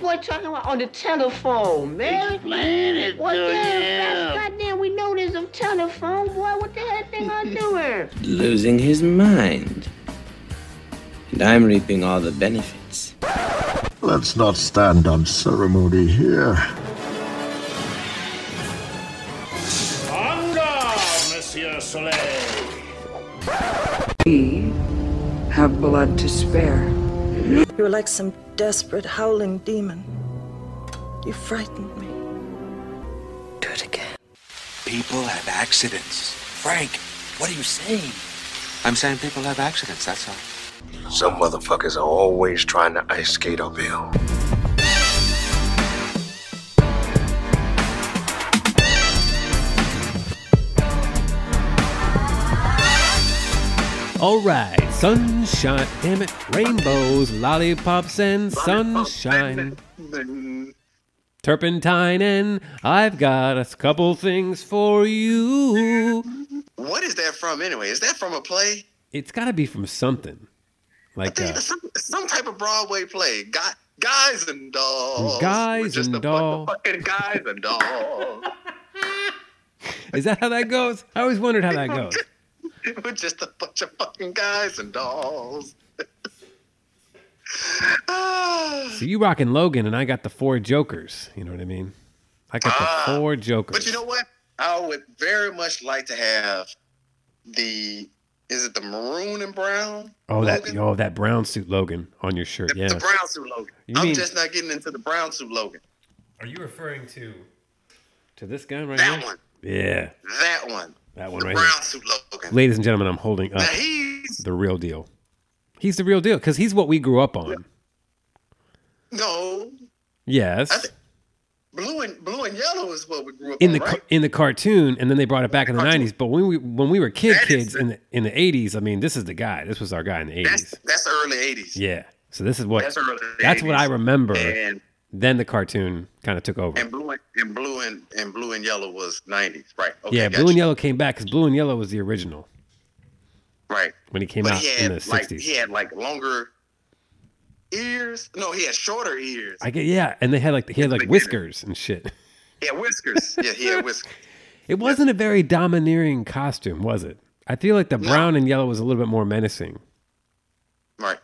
boy talking about on the telephone, man? Explain it Well, to yeah, you. God- goddamn, we know there's a telephone, boy. What the hell they gonna do here? losing his mind. And I'm reaping all the benefits. Let's not stand on ceremony here. Monsieur Soleil. We have blood to spare. You were like some desperate howling demon. You frightened me. Do it again. People have accidents. Frank, what are you saying? I'm saying people have accidents, that's all. Some motherfuckers are always trying to ice skate uphill. All right, sunshine, damn it, rainbows, lollipops, and sunshine, turpentine, and I've got a couple things for you. What is that from anyway? Is that from a play? It's got to be from something, I like think uh, it's some, some type of Broadway play. Guy, guys and dolls. Guys With just and a bunch doll. of fucking guys and dolls. is that how that goes? I always wondered how that goes. With just a bunch of fucking guys and dolls. Ah, So you rocking Logan, and I got the four jokers. You know what I mean? I got the four jokers. Ah, but you know what? I would very much like to have the. Is it the maroon and brown? oh that, Logan? oh that brown suit Logan on your shirt. The, Yeah. the brown suit Logan. You I'm mean- just not getting into the brown suit Logan. Are you referring to to this guy right That here? one. Yeah, That one. that one The right here. brown suit Logan. Ladies and gentlemen, I'm holding up Now he's the real deal. He's the real deal because he's what we grew up on. no I Yes, think- blue and blue and yellow is what we grew up in on, the right? ca- in the cartoon, and then they brought it back in the Cartoon. '90s. But when we when we were kid That is kids in the in the '80s, I mean, this is the guy. This was our guy in the That's '80s. that's early eighties. Yeah. So this is what that's early. 80s. that's what I remember. And Then the cartoon kind of took over. and blue and, and blue and, and blue and yellow was nineties, right? Okay, Yeah, got blue and you. yellow came back because blue and yellow was the original right? when it came But out he in the had like '60s. he had like longer ears. No, he had shorter ears. I get yeah, and they had like he had like Beginning. whiskers and shit. He had whiskers. yeah, he had whiskers. It wasn't a very domineering costume, was it? I feel like the brown and yellow was a little bit more menacing. Right.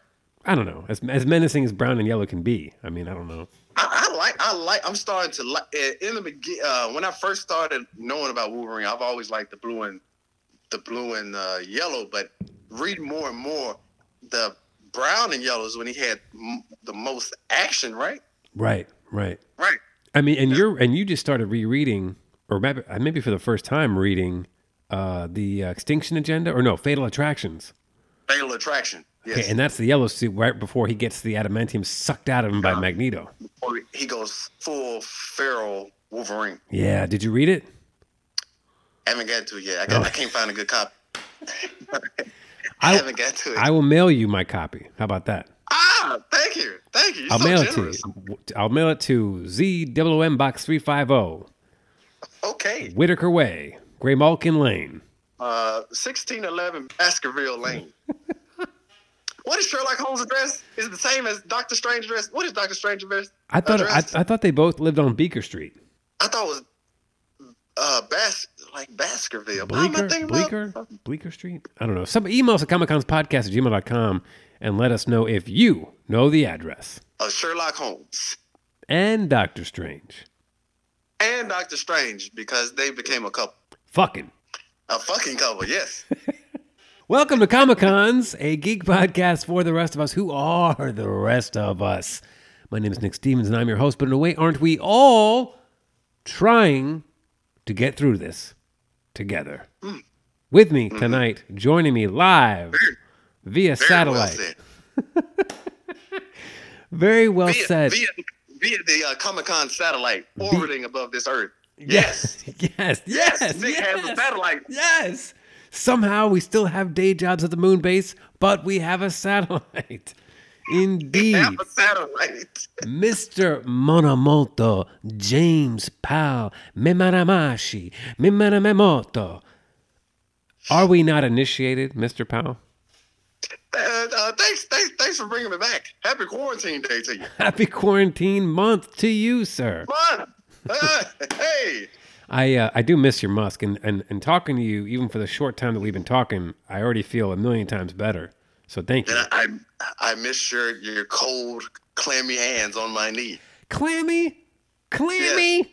I don't know, as as menacing as brown and yellow can be. I mean, I don't know. I, I like I like I'm starting to like eh, in the begin uh, when I first started knowing about Wolverine, I've always liked the blue and the blue and uh, yellow, but read more and more the brown and yellow is when he had m- the most action, right? Right, right. Right. I mean, and you're and you just started rereading, or maybe uh, maybe for the first time reading, uh, the uh, Extinction Agenda, or no, Fatal Attractions. Fatal attraction. Yes. Okay, and that's the yellow suit right before he gets the adamantium sucked out of him Uh-huh. by Magneto. Or he goes full feral Wolverine. Yeah, did you read it? I haven't gotten to it yet. I, got, I can't find a good copy. I, I- haven't got to it. I will mail you my copy. How about that? ah, thank you, thank you. You're I'll so mail generous. it to you. I'll mail it to ZWM Box 350, Okay, Whitaker Way, Gray Malkin Lane. Uh, 1611 Baskerville Lane. what is Sherlock Holmes' address? Is it the same as Doctor Strange address? What is Doctor Strange address? I thought I, address? I thought they both lived on Beaker Street. I thought it was uh Bas like Baskerville. Why am I Bleaker, thinking about- Bleaker, Bleaker Street. I don't know. Some emails at Comic Cons Podcast at gmail.com and let us know if you know the address of Sherlock Holmes and Doctor Strange. and Doctor Strange because they became a couple, Fucking. a fucking couple. Yes, Welcome to Comic Cons, a geek podcast for the rest of us. Who are the rest of us? My name is Nick Stevens, and I'm your host. But in a way, aren't we all trying to get through this together? With me tonight, joining me live via Mm-hmm. Very satellite. Well said. Very well via, said. via, via the uh, Comic Con satellite orbiting above this Earth. Yes. Yes. Yes. Nick has a Yes. satellite. Yes. Somehow we still have day jobs at the moon base, but we have a satellite. We Indeed. have a satellite. Mr. Monomoto, James Powell, Memaramashi, Memaramemoto. Are we not initiated, Mr. Powell? And, uh, thanks, thanks, thanks for bringing me back. Happy quarantine day to you. Happy quarantine month to you, sir. Fun. Uh, hey. I uh, I do miss your Musk, and, and and talking to you, even for the short time that we've been talking, I already feel a million times better. So thank you. And I, I, I miss your your cold, clammy hands on my knee. Clammy, clammy.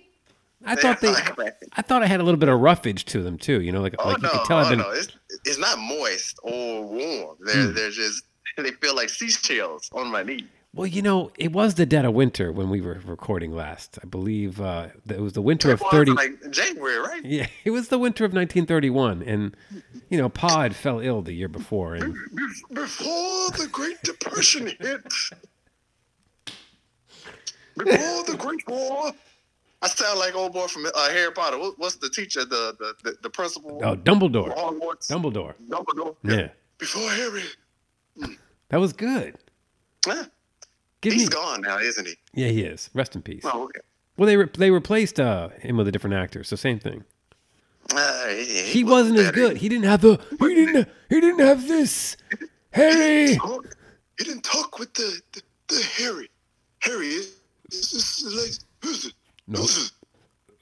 I thought they. oh I thought I had a little bit of roughage to them too. You know, like like no, you could tell I've oh been. Hmm. no, it's, it's not moist or warm. They're they're just they feel like seashells on my knee. Well, you know, it was the dead of winter when we were recording last. I believe uh, that it was the winter of Well, it's thirty. like January, right? Yeah, it was the winter of 1931, and you know, Pa had fell ill the year before, and Be- Before the Great Depression hit, before the Great War, I sound like old boy from uh, Harry Potter. What, what's the teacher, the the, the, the principal? oh, Dumbledore, Hogwarts. Dumbledore. Dumbledore. Yeah, Before Harry, that was good. Huh? Give he's me, gone now, isn't he? yeah, he is. Rest in peace. Oh, okay. Well, they re- they replaced uh, him with a different actor, so same thing. Uh, he, he He wasn't as better. good. He didn't have the. He didn't. He didn't have this. Harry. Oh, He didn't talk with the the, the Harry. Harry is is just like No.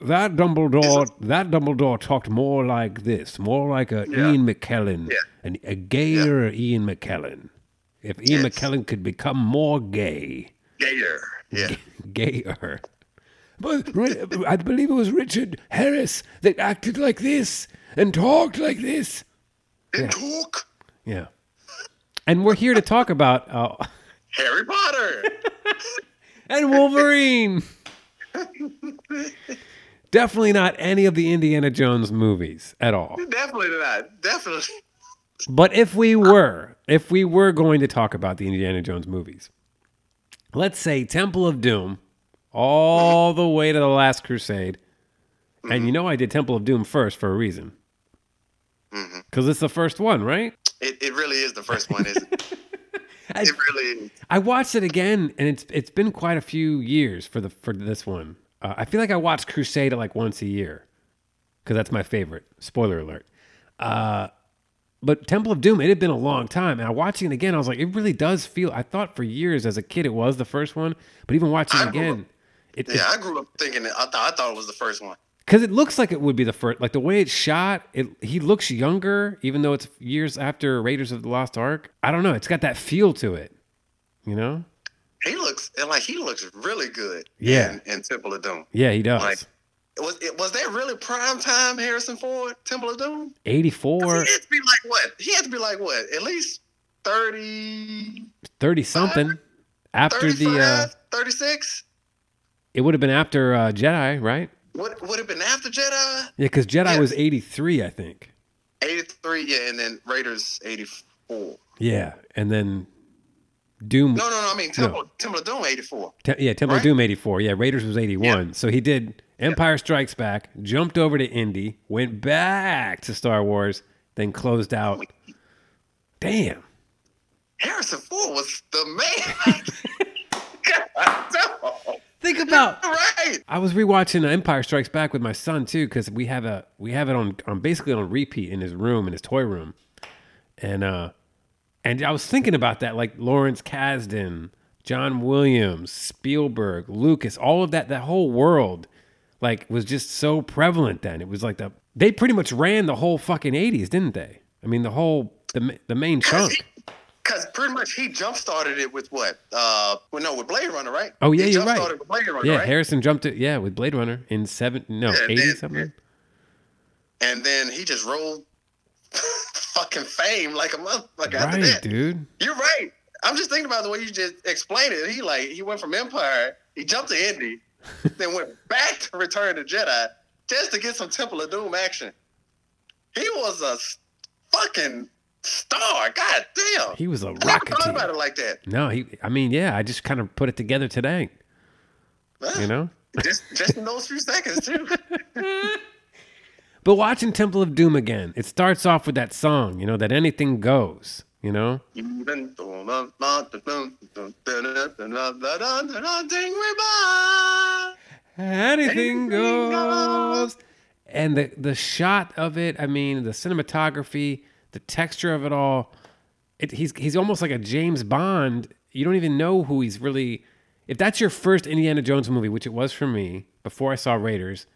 That Dumbledore, that Dumbledore talked more like this, more like a Yeah. Ian McKellen, Yeah. an, a gayer Ian McKellen. If Ian Yes. McKellen could become more gay, Gator. Yeah. gayer. But Ri- I believe it was Richard Harris that acted like this and talked like this. Didn't talk. Yeah. And we're here to talk about uh, Harry Potter. and Wolverine. Definitely not any of the Indiana Jones movies at all. Definitely not. Definitely. But if we were, if we were going to talk about the Indiana Jones movies, let's say Temple of Doom, all the way to the Last Crusade, and you know I did Temple of Doom first for a reason, because it's the first one, right? It, it really is the first one, isn't it? it really is. I watched it again, and it's it's been quite a few years for the for this one. Uh, I feel like I watch Crusade like once a year, because that's my favorite. Spoiler alert. Uh, but Temple of Doom, it had been a long time, and I watching it again, I was like, it really does feel. I thought for years as a kid it was the first one, but even watching it I remember- again, it Yeah, I grew up thinking that I thought I thought it was the first one. because it looks like it would be the first. Like the way it's shot, it he looks younger, even though it's years after Raiders of the Lost Ark. I don't know. It's got that feel to it, you know? He looks and like he looks really good. Yeah. In, in Temple of Doom. Yeah, he does. Like was it was that really prime time Harrison Ford Temple of Doom? 84, he had to be like what? He had to be like what? At least 30, 30 something. After 35, the, uh, 36? it would have been after uh, Jedi, right? Would, would have been after Jedi? Yeah, because Jedi Yeah. was 83, I think. 83, yeah, and then Raiders 84. Yeah. And then Doom. No, no, no, I mean Temple, Temple of Doom 84. Te- yeah, Temple of Right? Doom 84. Yeah, Raiders was 81. So he did Empire Strikes Back, jumped over to Indy, went back to Star Wars, then closed out. Damn. Harrison Ford was the man. God, no. Think about Right. I was rewatching Empire Strikes Back with my son too cuz we have a we have it on on basically on repeat in his room in his toy room. And uh and I was thinking about that like Lawrence Kasdan, John Williams, Spielberg, Lucas, all of that that whole world like was just so prevalent then. It was like the they pretty much ran the whole fucking 80s, didn't they? I mean the whole the ma- the main chunk. Because pretty much he jump started it with what? Uh, well, no, with Blade Runner, right? Oh, yeah, he you're right. jump-started With Blade Runner, Yeah, right? Harrison jumped it. Yeah, with Blade Runner in seven, no, Yeah, eighty then- something. and then he just rolled fucking fame like a motherfucker after Right, that. dude. You're right. I'm just thinking about the way you just explained it. He like he went from Empire, he jumped to Indy, then went back to Return to Jedi just to get some Temple of Doom action. He was a s- fucking star. God damn. He was a I never thought rocketeer. about it like that. No, he. I mean, yeah. I just kind of put it together today. You know. just just in those few seconds too. But watching Temple of Doom again, it starts off with that song. You know that anything goes. You know. Ding, goodbye. Anything goes. And the the shot of it. I mean, the cinematography, the texture of it all. it, he's he's almost like a James Bond. You don't even know who he's really. If that's your first Indiana Jones movie, which it was for me before I saw Raiders,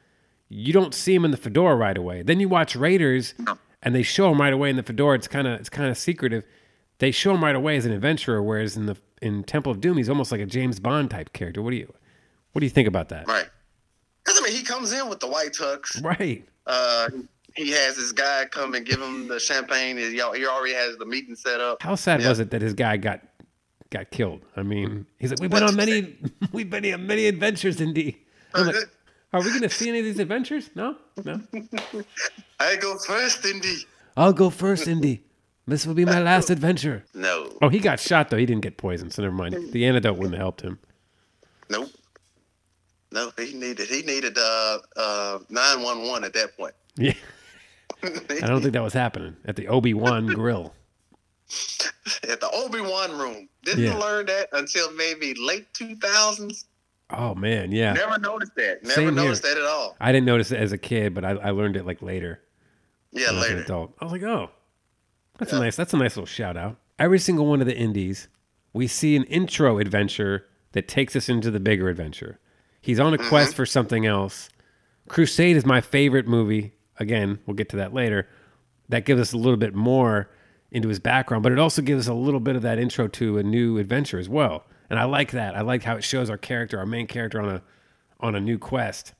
you don't see him in the fedora right away. Then you watch Raiders, and they show him right away in the fedora. It's kind of it's kind of secretive. They show him right away as an adventurer, whereas in the in Temple of Doom, he's almost like a James Bond type character. What do you what do you think about that? Right. Because, I mean, he comes in with the white tux. Right. Uh, he has his guy come and give him the champagne. He al- he already has the meeting set up. How sad was it that his guy got got killed? I mean, he's like, we've been What on you many we've been on many adventures, indeed. I'm like, are we gonna see any of these adventures? No, no. I go first, Indy. I'll go first, Indy. This will be my last adventure. No. Oh, he got shot though. He didn't get poisoned, so never mind. The antidote wouldn't have helped him. Nope. No, he needed he needed uh uh nine one one at that point. Yeah, I don't think that was happening at the Obi Wan Grill. at the Obi Wan room. Didn't Yeah. learn that until maybe late two thousands. Oh man, yeah. Never noticed that. Never Same here. noticed that at all. I didn't notice it as a kid, but I, I learned it like later. Yeah, when I was an later. adult. I was like, oh, that's a nice, that's a nice little shout out. Every single one of the indies, we see an intro adventure that takes us into the bigger adventure. He's on a Mm-hmm. quest for something else. Crusade is my favorite movie. Again, we'll get to that later. That gives us a little bit more into his background, but it also gives us a little bit of that intro to a new adventure as well. And I like that. I like how it shows our character, our main character, on a on a new quest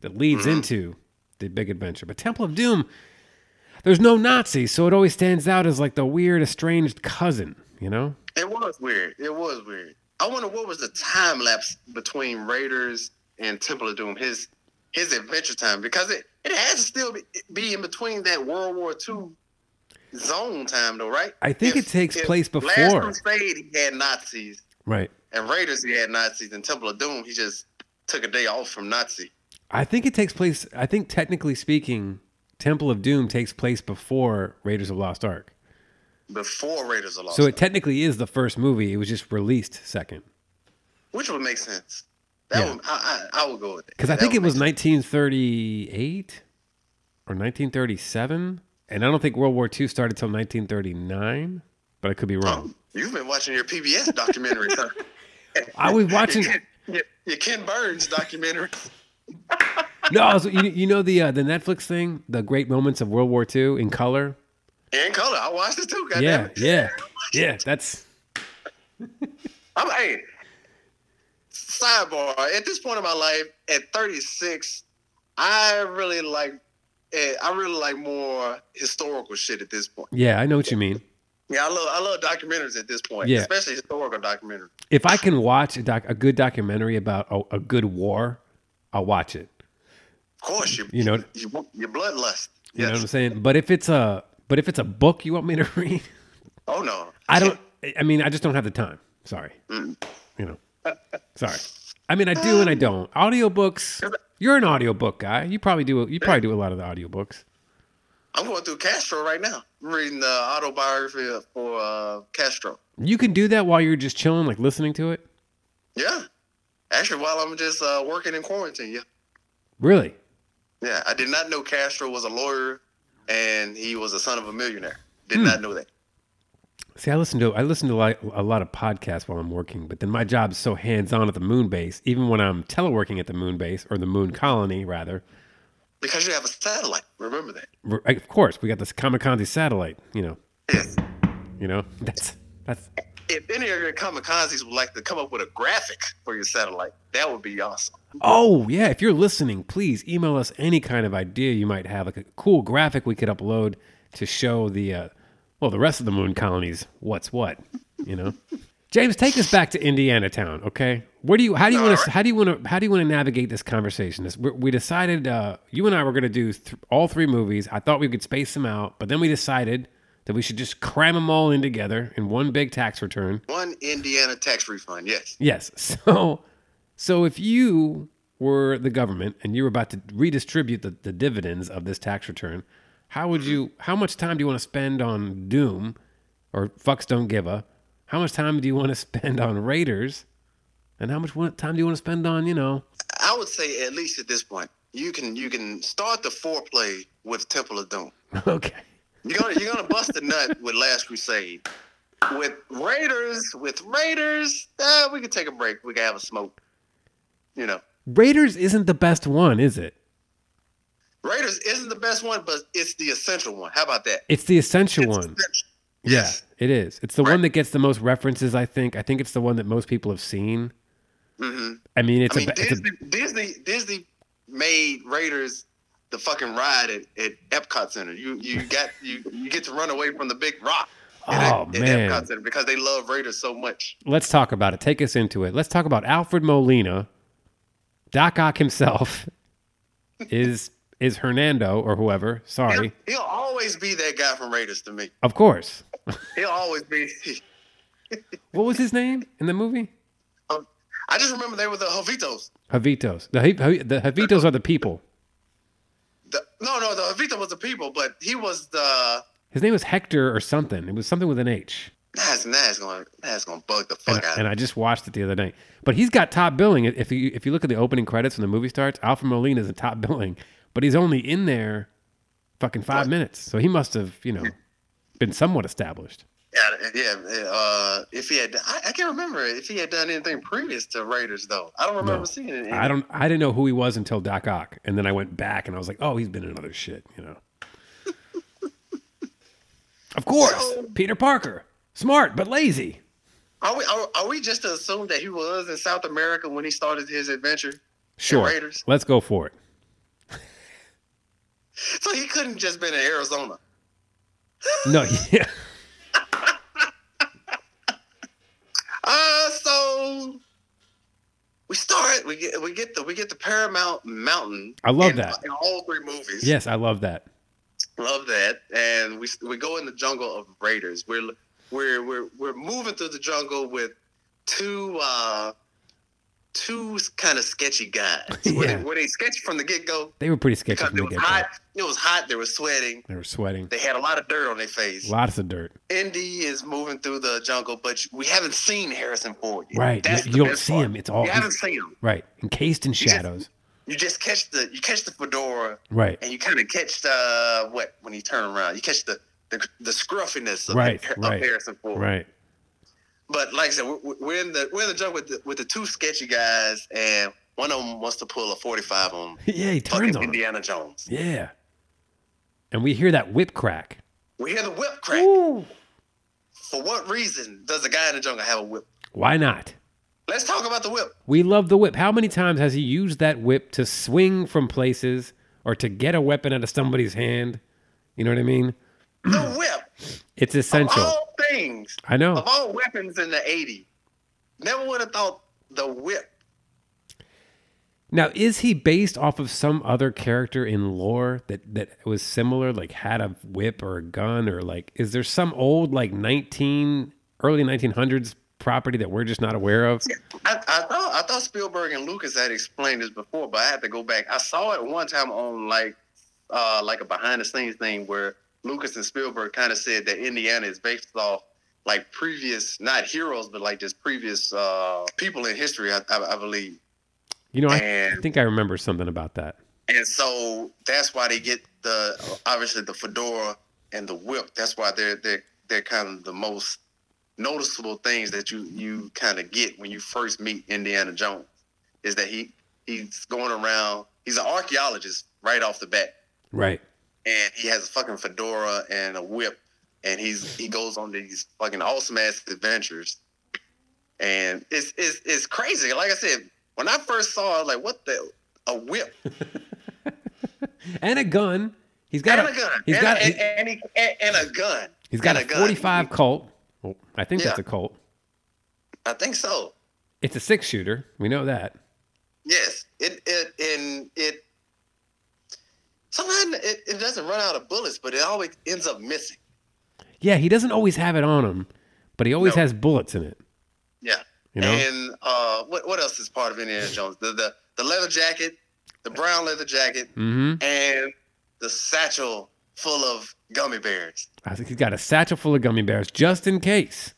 that leads Mm-hmm. into the big adventure. But Temple of Doom, there's no Nazis, so it always stands out as like the weird, estranged cousin. You know? It was weird. It was weird. I wonder what was the time lapse between Raiders and Temple of Doom, his his adventure time, because it, it has to still be, be in between that World War II zone time, though, right? I think it takes place Last before. Crusade, he had Nazis, Right. and Raiders, he had Nazis, and Temple of Doom, he just took a day off from Nazi. I think it takes place. I think technically speaking, Temple of Doom takes place before Raiders of Lost Ark. before Raiders of Lost So it Ark, technically is the first movie. It was just released second. which would make sense. That Yeah. would, I, I I would go with that. Because I That think it would was make 1938 or 1937. And I don't think World War II started till 1939, but I could be wrong. sense. You've been watching your PBS documentaries, huh? I was watching. Your, your Ken Burns documentary. No, I was- you, you know the uh, the Netflix thing, the great moments of World War II in color. In color. I watched it too, goddamn Yeah, it. yeah, yeah. That's I'm hey. Sidebar. At this point in my life, at 36, I really like eh, I really like more historical shit at this point. yeah. I know what you mean. Yeah, I love I love documentaries at this point, Yeah. especially historical documentaries. if I can watch a, doc, a good documentary about a, a good war, I'll watch it. Of course, you You know- you, want- your bloodlust. You know Yes. what I'm saying? But if it's a but if it's a book you want me to read, Oh no. I don't. I mean, I just don't have the time. Sorry. You know. Sorry. I mean, I do and I don't. Audiobooks. You're an audiobook guy. You probably do. You probably do a lot of the audiobooks. I'm going through Castro right now. I'm reading the autobiography of- for uh, Castro. You can do that while you're just chilling, like listening to it. Yeah. Actually, while I'm just uh, working in quarantine, yeah. Really? Yeah, I did not know Castro was a lawyer and he was a son of a millionaire. Did not know that. See, I listen to I listen to like a lot of podcasts while I'm working, but then my job's so hands on at the moon base. Even when I'm teleworking at the moon base or the moon colony, rather, Because you have a satellite. Remember that. we're- of course we got this kamikaze satellite. You know, Yes. you know that's that's If any of your kamikazes would like to come up with a graphic for your satellite, that would be awesome. Oh, yeah. If you're listening, please email us any kind of idea you might have, like a cool graphic we could upload to show the, uh, well, the rest of the moon colonies what's what, you know? James, take us back to Indiana Town, okay? Where do you? How do you want to? How do you want to? How do you want to navigate this conversation? This we we decided uh, you and I were going to do th- all three movies. I thought we could space them out, but then we decided that we should just cram them all in together in one big tax return. One Indiana tax refund, yes. Yes. So, so if you were the government and you were about to redistribute the, the dividends of this tax return, how would you? How much time do you want to spend on Doom, or fucks don't give a? How much time do you want to spend on Raiders, and how much wa- time do you want to spend on you know? I would say at least at this point, you can you can start the foreplay with Temple of Doom. Okay. You're gonna you're gonna bust a nut with Last Crusade. with Raiders, with Raiders, uh, we could take a break. We could have a smoke. You know, Raiders isn't the best one, is it? Raiders isn't the best one, but it's the essential one. How about that? It's the essential one. Essential. Yeah, it is. It's the Right. one that gets the most references. I think. I think it's the one that most people have seen. hmm I mean, it's I mean, a. ba- It's a Disney, Disney, Disney made Raiders the fucking ride at, at Epcot Center. You you got you you get to run away from the big rock. At, Oh, at man. Epcot Center because they love Raiders so much. let's talk about it. Take us into it. Let's talk about Alfred Molina. Doc Ock himself is is Hernando or whoever. Sorry, He'll always be that guy from Raiders to me. of course. He'll always be. What was his name in the movie? I just remember they were the Jovitos. Javitos. The, Jav- the Javitos are the people. The, no, no, the Jovito was the people, but he was the. His name was Hector or something. It was something with an H. That's that's gonna that's gonna bug the And, fuck out. and of I just watched it the other night. But he's got top billing. If you if you look at the opening credits when the movie starts, Alfred Molina is in top billing, but he's only in there fucking five minutes. So he must have you know been somewhat established. me. yeah, yeah. Uh, if he had, I, I can't remember if he had done anything previous to Raiders though. I don't remember No. seeing it. I don't. I didn't know who he was until Doc Ock, and then I went back and I was like, oh, he's been in other shit, you know. of course, Peter Parker, smart but lazy. Are we are, are we just to assume that he was in South America when he started his adventure? Sure, Raiders. let's go for it. So he couldn't just been in Arizona. No, yeah, Uh, so we start we get we get the we get the Paramount Mountain. I love in- that. in all three movies. yes, I love that. Love that. And we we go in the jungle of raiders. We're we're we're we're moving through the jungle with two uh two kind of sketchy guys. Were, Yeah. they, were they sketchy from the get go? They were pretty sketchy Because from it the was get hot. It was hot. They were sweating. They were sweating, They had a lot of dirt on their face. lots of dirt. Indy is moving through the jungle, but we haven't seen Harrison Ford yet. Right, That's you, the you don't best see part. him. It's all you haven't seen him. right, encased in just- shadows. You just catch the you catch the fedora Right, and you kind of catch the uh, what when you turn around. You catch the the, the scruffiness of, Right, Har- of right, Harrison Ford. right. But like I said, we're, we're in the we're in the jungle with the, with the two sketchy guys, and one of them wants to pull a forty five on Yeah, he turns fucking on. him. Indiana Jones. Yeah, and we hear that whip crack. We hear the whip crack. For what reason does a guy in the jungle have a whip? Why not? Let's talk about the whip. We love the whip. How many times has he used that whip to swing from places or to get a weapon out of somebody's hand? You know what I mean? The whip. It's essential. Oh. All things. I know. Of all weapons in the 80s, never would have thought the whip. Now, is he based off of some other character in lore that that was similar, like had a whip or a gun, or like is there some old like nineteen early nineteen hundreds property that we're just not aware of? I, I thought I thought Spielberg and Lucas had explained this before, but I had to go back. I saw it one time on like uh, like a behind the scenes thing where Lucas and Spielberg kind of said that Indiana is based off like previous not heroes but like just previous uh, people in history, I, I, I believe. You know, I, I And- think I remember something about that. And so that's why they get the obviously the fedora and the whip. That's why they're they're they're kind of the most noticeable things that you you kind of get when you first meet Indiana Jones is that he he's going around. He's an archaeologist right off the bat, Right. and he has a fucking fedora and a whip, and he's he goes on these fucking awesome ass adventures, and it's it's it's crazy. Like I said, when I first saw, it, I was like, what the a whip. And a gun. He's got and a, gun. He's and, got and, and, he- and, and a gun. He's got And a 45 Colt. Well, Oh. I think that's Yeah. a Colt. I think so. It's a six shooter. We know that. Yes. It it and it sometimes it, it doesn't run out of bullets, but it always ends up missing. Yeah, he doesn't always have it on him, but he always No. has bullets in it. Yeah. You know? And uh, what what else is part of Indiana Jones? The the, the leather jacket, the brown leather jacket, Mm-hmm. and the satchel full of gummy bears. I think he's got a satchel full of gummy bears just in case.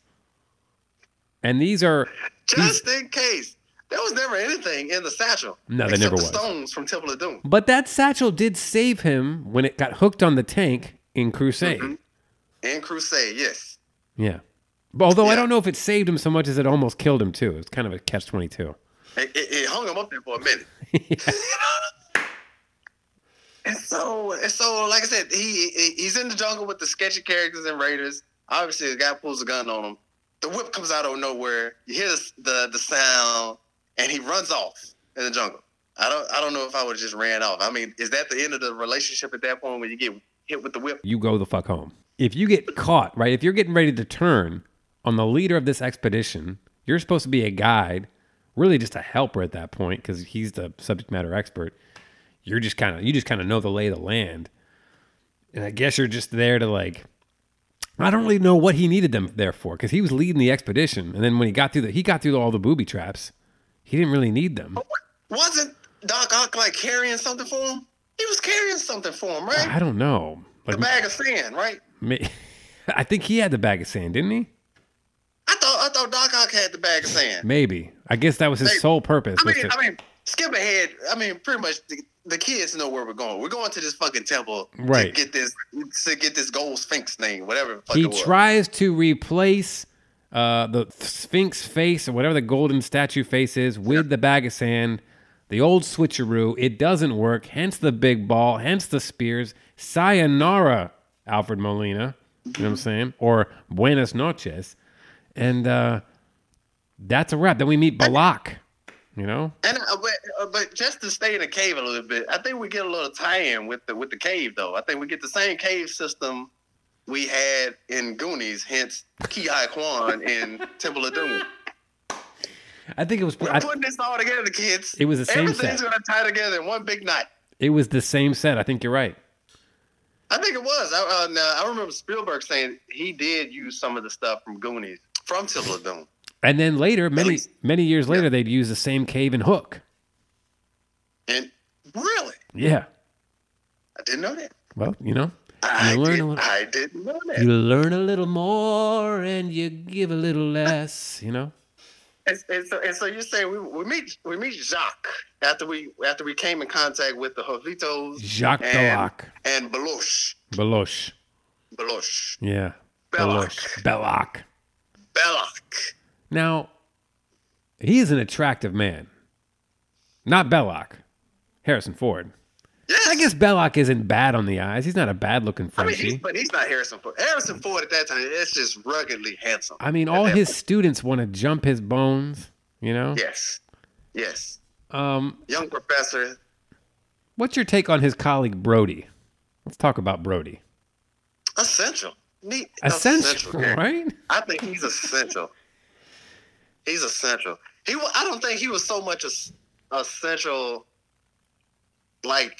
And these are Just in case. There was never anything in the satchel. No, there except never the was. Stones from Temple of Doom. but that satchel did save him when it Mm-hmm. got hooked on the tank in Crusade. Mhm. In Crusade, yes. Yeah. Although I Yeah. don't know if it saved him so much as it almost killed him too. It's kind of a catch twenty two. It, it, it hung him up there for a minute. and so, and so, like I said, he, he- he's in the jungle with the sketchy characters and Raiders. Obviously, the guy pulls a gun on him. The whip comes out of nowhere. You hear the the, the sound, and he runs off in the jungle. I don't I don't know if I would have just ran off. I mean, is that the end of the relationship at that point when you get hit with the whip? You go the fuck home. If you get caught, right? If you're getting ready to turn on the leader of this expedition, you're supposed to be a guide, really just a helper at that point because he's the subject matter expert. You're just kind of you just kind of know the lay of the land, and I guess you're just there to like. I don't really know what he needed them there for because he was leading the expedition, and then when he got through the he got through all the booby traps, he didn't really need them. Wasn't Doc Ock like carrying something for him? He was carrying something for him, right? I don't know. The Like, bag of sand, right? ma- I think he had the bag of sand, didn't he? I thought I thought Doc Ock had the bag of sand. Maybe. I guess that was his Maybe. sole purpose. I was mean, to- I mean, skip ahead. I mean, pretty much the, the kids know where we're going. We're going to this fucking temple Right. to get this to get this gold sphinx thing, whatever. The fuck he it was. tries to replace uh, the Sphinx face or whatever the golden statue face is with the bag of sand. The old switcheroo. It doesn't work. Hence the big ball. Hence the spears. Sayonara, Alfred Molina. You know what I'm saying? Or Buenas noches. And uh, that's a wrap. Then we meet Balak. You know? And uh, but, uh, but just to stay in the cave a little bit, I think we get a little tie-in with the with the cave though. I think we get the same cave system we had in Goonies, hence Ki Hai Kwan in Temple of Doom. I think it was. We're I- putting this all together, kids. It was the same Everything's set. gonna tie together in one big knot. it was the same set. I think you're right. I think it was. I, uh, now, I remember Spielberg saying he did use some of the stuff from Goonies from Temple of Doom. And then later, many least- many years later, they'd use the same cave and hook. And really, Yeah. I didn't know that. Well, you know, I, learn a did, little- I didn't know that. you learn a little more and you give a little less. You know. And, and so, and so you're saying we, we meet we meet Jacques after we after we came in contact with the Jovitos Jacques and, Belloc. and Belosh Belosh. Belosh Yeah. Belloc. Belosh. Belloc. Belloc. Now, he is an attractive man. Not Belloc. Harrison Ford. Yes, I guess Belloc isn't bad on the eyes. He's not a bad looking I mean, Frenchie. he's, but he's not Harrison Ford. Harrison Ford at that time, it's just ruggedly handsome. I mean, At all that his point. students want to jump his bones. You know. yes, yes, Um, young professor. What's your take on his colleague Brody? Let's talk about Brody. Essential. Neat. Essential, character. right? I think he's essential. he's essential. He. wa- I don't think he was so much as essential, like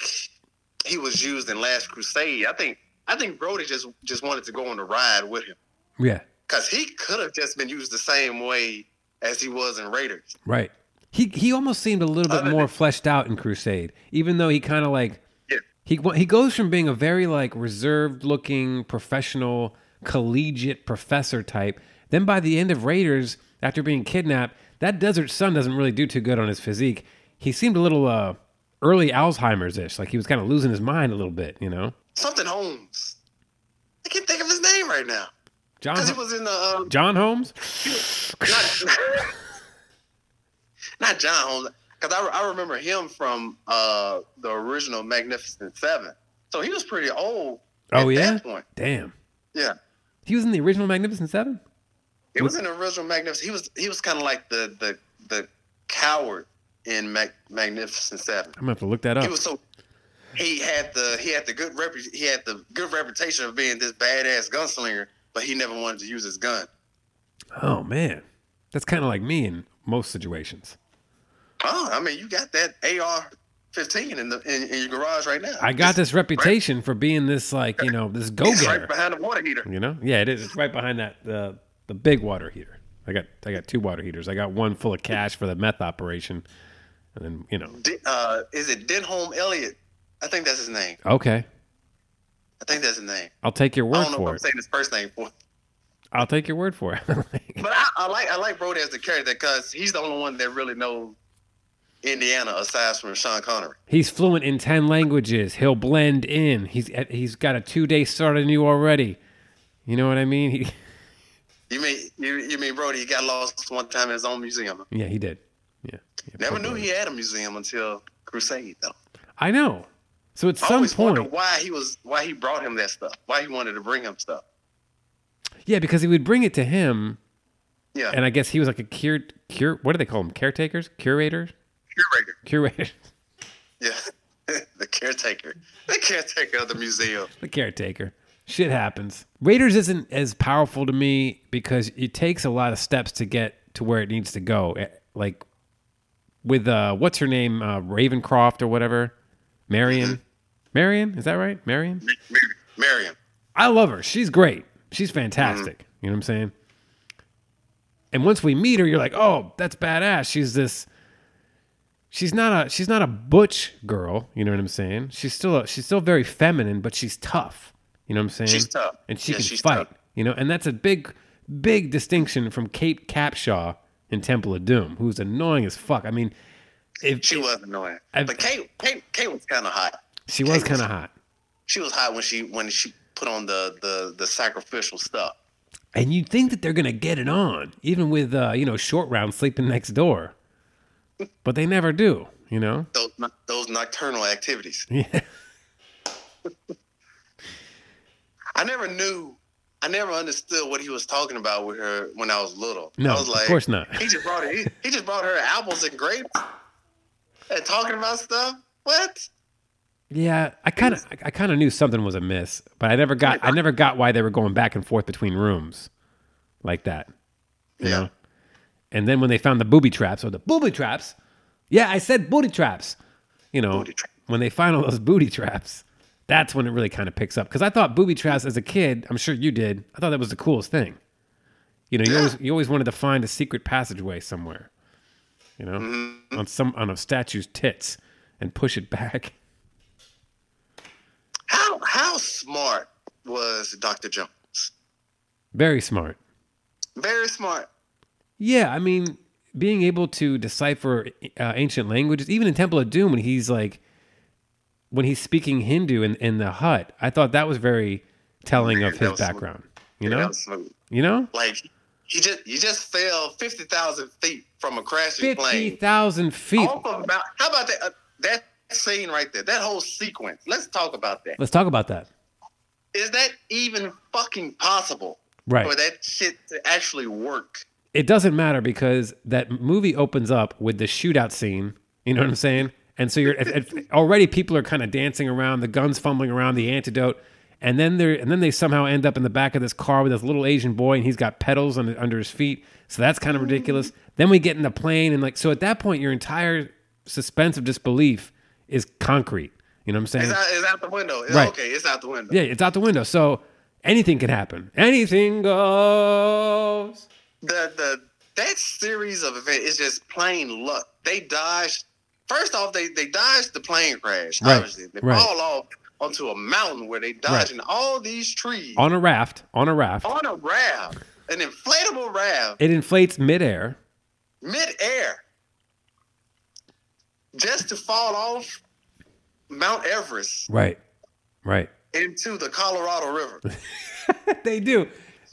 he was used in Last Crusade. I think. I think Brody just just wanted to go on the ride with him Yeah, because he could have just been used the same way as he was in Raiders. right. He he almost seemed a little bit Other more fleshed out in Crusade, even though he kind of like Yeah. he wa- he goes from being a very like reserved looking professional collegiate professor type. Then by the end of Raiders, after being kidnapped, that desert sun doesn't really do too good on his physique. He seemed a little uh, early Alzheimer's ish, like he was kind of losing his mind a little bit, you know. Something Holmes. I can't think of his name right now John because he was in the um, John Holmes. not, not John Holmes, because I, I remember him from uh, the original Magnificent Seven. So he was pretty old. Oh at yeah, that point. damn. yeah. He was in the original Magnificent Seven. He was in the original Magnificent. He was he was kind of like the the the coward in Mag- Magnificent Seven. I'm gonna have to look that up. He was so he had the he had the good rep he had the good reputation of being this badass gunslinger, but he never wanted to use his gun. oh man, that's kind of like me in most situations. Oh, I mean, you got that AR-15 in the in, in your garage right now. I got Just- this reputation for being this like you know this go It's getter. right behind the water heater. You know, yeah, it is. It's right behind that the the big water heater. I got I got two water heaters. I got one full of cash for the meth operation, and then you know. Di- uh, is it Denholm Elliott? I think that's his name. Okay, I think that's his name. I'll take your I word don't know if for I'm it. saying his first name for. I'll take your word for it. But I, I like I like Brody as the character because he's the only one that really knows Indiana aside from Sean Connery. He's fluent in ten languages. He'll blend in. He's he's got a two day start on you already. You know what I mean? He, You mean you, you mean Brody? He got lost one time in his own museum. Yeah, he did. Yeah. yeah Never poor knew Brody. he had a museum until Crusade, though. I know. So at I some always wonder point, why he was why he brought him that stuff. Why he wanted to bring him stuff. yeah, because he would bring it to him, Yeah, and I guess he was like a cure cure. What do they call them? Caretakers, curators, curator. curators, Yeah, the caretaker, the caretaker of the museum. the caretaker. Shit happens. Raiders isn't as powerful to me because it takes a lot of steps to get to where it needs to go. Eh, Like with uh, what's her name, uh, Ravencroft or whatever, Marion. Mm-hmm. Marion, is that right? Marion. Mar- Marion. I love her. She's great. Mm-hmm. She's fantastic. You know what I'm saying? And once we meet her, you're like, oh, that's badass. She's this. She's not a she's not a butch girl. You know what I'm saying? She's still a, she's still very feminine, but she's tough. You know what I'm saying? She's tough. and she Yeah, can she's fight. tough. You know, and that's a big big distinction from Kate Capshaw in Temple of Doom, who's annoying as fuck. I mean, if She was annoying, I've- but Kate, Kate, Kate was kind of hot. she was kind of hot, She was hot when she when she put on the the the sacrificial stuff. and you'd think that they're gonna get it on, even with uh, you know short round sleeping next door, but they never do. You know, Those no- those nocturnal activities. yeah, I never knew. I never understood what he was talking about with her when I was little. No, I was of like, course not. He just brought her, he, he just brought her apples and grapes and talking about stuff. What? yeah. I kind of, I kind of knew something was amiss, but I never Oh got, I never got why they were going back and forth between rooms like that. You Yeah. know, and then when they found the booby traps or the booby traps, yeah, I said booty traps. You know, Booty trap. when they find all those booty traps, that's when it really kind of picks up. Because I thought booby traps as a kid, I'm sure you did. I thought that was the coolest thing. You know, you always you always wanted to find a secret passageway somewhere. You know, Mm-hmm. on some on a statue's tits and push it back. How how smart was Dr. Jones? Very smart. Very smart. Yeah, I mean, being able to decipher uh, ancient languages, even in Temple of Doom, when he's like, when he's speaking Hindu in, in the hut, I thought that was very telling of Yeah, that his was smooth. background. You Yeah, that know, was smooth. you know, Like he just you just fell fifty thousand feet from a crashing fifty plane. thousand feet. Off of Mount- how about that? Uh, that scene right there. That whole sequence. Let's talk about that. Let's talk about that. Is that even fucking possible? Right. For that shit to actually work. It doesn't matter because that movie opens up with the shootout scene. You know what I'm saying? And so you're if, if already people are kind of dancing around, the guns fumbling around, the antidote, and then they're and then they somehow end up in the back of this car with this little Asian boy, and he's got pedals under, under his feet. So that's kind of ridiculous. Then we get in the plane, and like so at that point, your entire suspense of disbelief is concrete. You know what I'm saying? It's out, it's out the window. It's Right. okay. It's out the window. yeah, it's out the window. So anything can happen. Anything goes. The the that series of events is just plain luck. They dodged. First off, they they dodged the plane crash. Right. Obviously, they Right. fall off onto a mountain where they dodging all these trees on, On a raft. On a raft. a raft, an inflatable raft, It inflates midair. midair, just to fall off Mount Everest Right. Right. into the Colorado River. They do.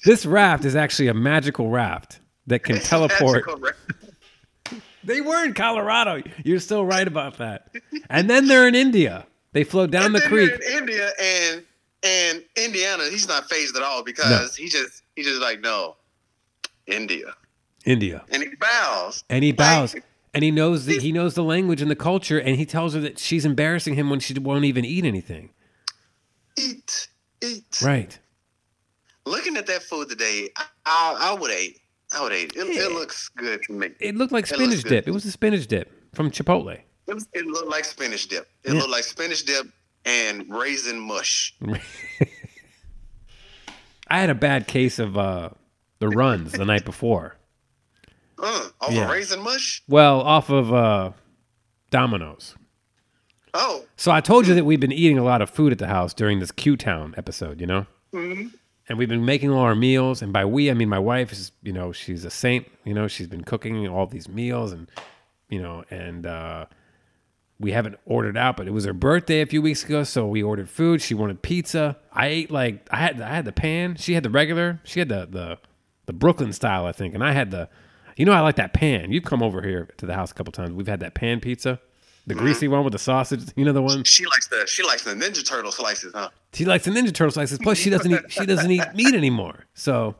This raft is actually a magical raft that can teleport. Magical raft. They were in Colorado. You're still right about that. And then they're in India. They float down the Then you're creek. in India and and Indiana, he's not phased at all because he just he just like no, India, India. and he bows. And he bows. And he knows the, he knows the language and the culture and he tells her that she's embarrassing him when she won't even eat anything. Eat, eat. Right. Looking at that food today, I I, I would eat. I would eat. It, it looks good to me. It, It looked like It looks spinach good. dip. It was a spinach dip from Chipotle. was- it looked like spinach dip. It looked like spinach dip and raisin mush. I had a bad case of uh, the runs the night before. Uh, off Yeah. of raisin mush. Well, off of uh, Domino's. Oh, So I told you that we've been eating a lot of food at the house during this Q Town episode, you know? Mm-hmm. And we've been making all our meals. And by we, I mean my wife is, you know, she's a saint. You know, she's been cooking all these meals and, you know, and uh, we haven't ordered out, but it was her birthday a few weeks ago. So we ordered food. She wanted pizza. I ate like, I had, I had the pan. She had the regular, she had the, the the Brooklyn style, I think. And I had the, you know, I like that pan. You've come over here to the house a couple times. We've had that pan pizza, the greasy one with the sausage. You know the one. She likes the she likes the Ninja Turtle slices, huh? She likes the Ninja Turtle slices. Plus, she doesn't eat she doesn't eat meat anymore. So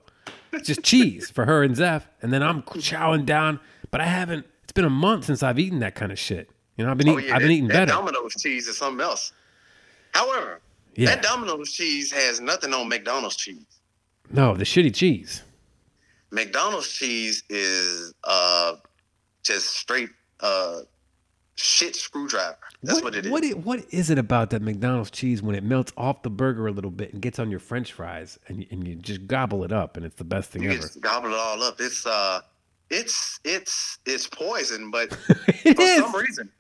it's just cheese for her and Zeph. And then I'm chowing down. But I haven't. It's been a month since I've eaten that kind of shit. You know, I've been eating. I've been Oh, that- eating that better. Domino's cheese is something else. However, Yeah. that Domino's cheese has nothing on McDonald's cheese. No, the shitty cheese. McDonald's cheese is uh just straight uh shit screwdriver. That's what, it is. What, i- what is it about that McDonald's cheese when it melts off the burger a little bit and gets on your French fries and you, and you just gobble it up and it's the best thing you ever? just gobble it all up. It's uh it's it's it's poison, but it for is. some reason.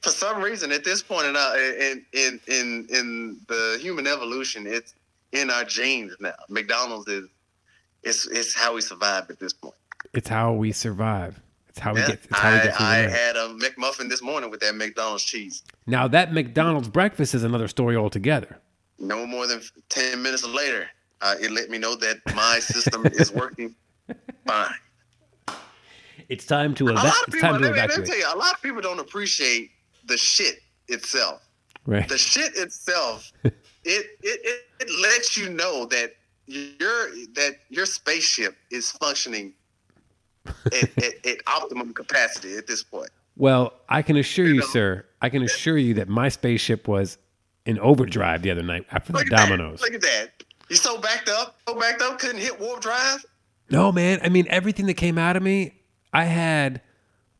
For some reason, at this point in, our, in in in in the human evolution, it's in our genes now. McDonald's is it's it's how we survive at this point. It's how we survive. It's how we Yeah. get. It's how we I, get through I the day. had a McMuffin this morning with that McDonald's cheese. Now that McDonald's breakfast is another story altogether. No more than ten minutes later, uh, it let me know that my system is working fine. It's time to A eva- lot of It's people, time let to me, let me evacuate. tell you, a lot of people don't appreciate the shit itself. Right. the shit itself it, it it it lets you know that your that your spaceship is functioning at, at, at optimum capacity at this point Well, I can assure you, know? sir. I can assure you that my spaceship was in overdrive the other night after the look at dominoes. that look at that you so backed up so backed up couldn't hit warp drive No, man. I mean, everything that came out of me, I had,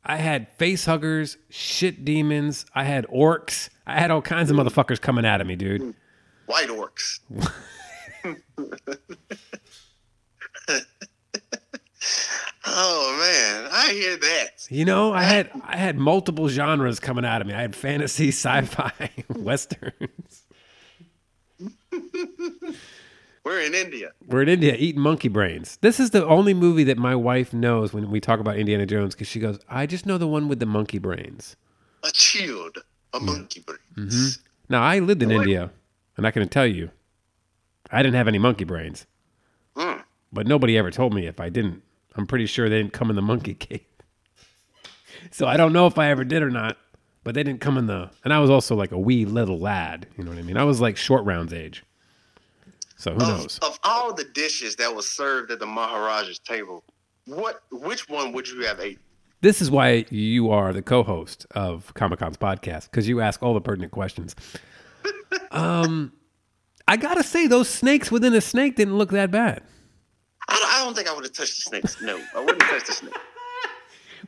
I had face huggers, shit demons. I had orcs. I had all kinds of motherfuckers coming out of me, dude. white orcs oh man i hear that You know, I had, I had multiple genres coming out of me. I had fantasy, sci-fi, westerns. we're in india We're in India eating monkey brains. This is the only movie that my wife knows when we talk about Indiana Jones because she goes, "I just know the one with the monkey brains." a shield a monkey brains Now I lived in India, and I can tell you, I didn't have any monkey brains. But nobody ever told me if I didn't. I'm pretty sure they didn't come in the monkey cave. so I don't know if I ever did or not. But they didn't come in the. And I was also like a wee little lad. You know what I mean? I was like short rounds age. So who of, knows? of all the dishes that was served at the Maharaja's table, what which one would you have ate? This is why you are the co-host of Comic Con's podcast because you ask all the pertinent questions. um, I gotta say those snakes within a snake didn't look that bad. I don't, I don't think I would have touched the snakes. No, I wouldn't touch the snake.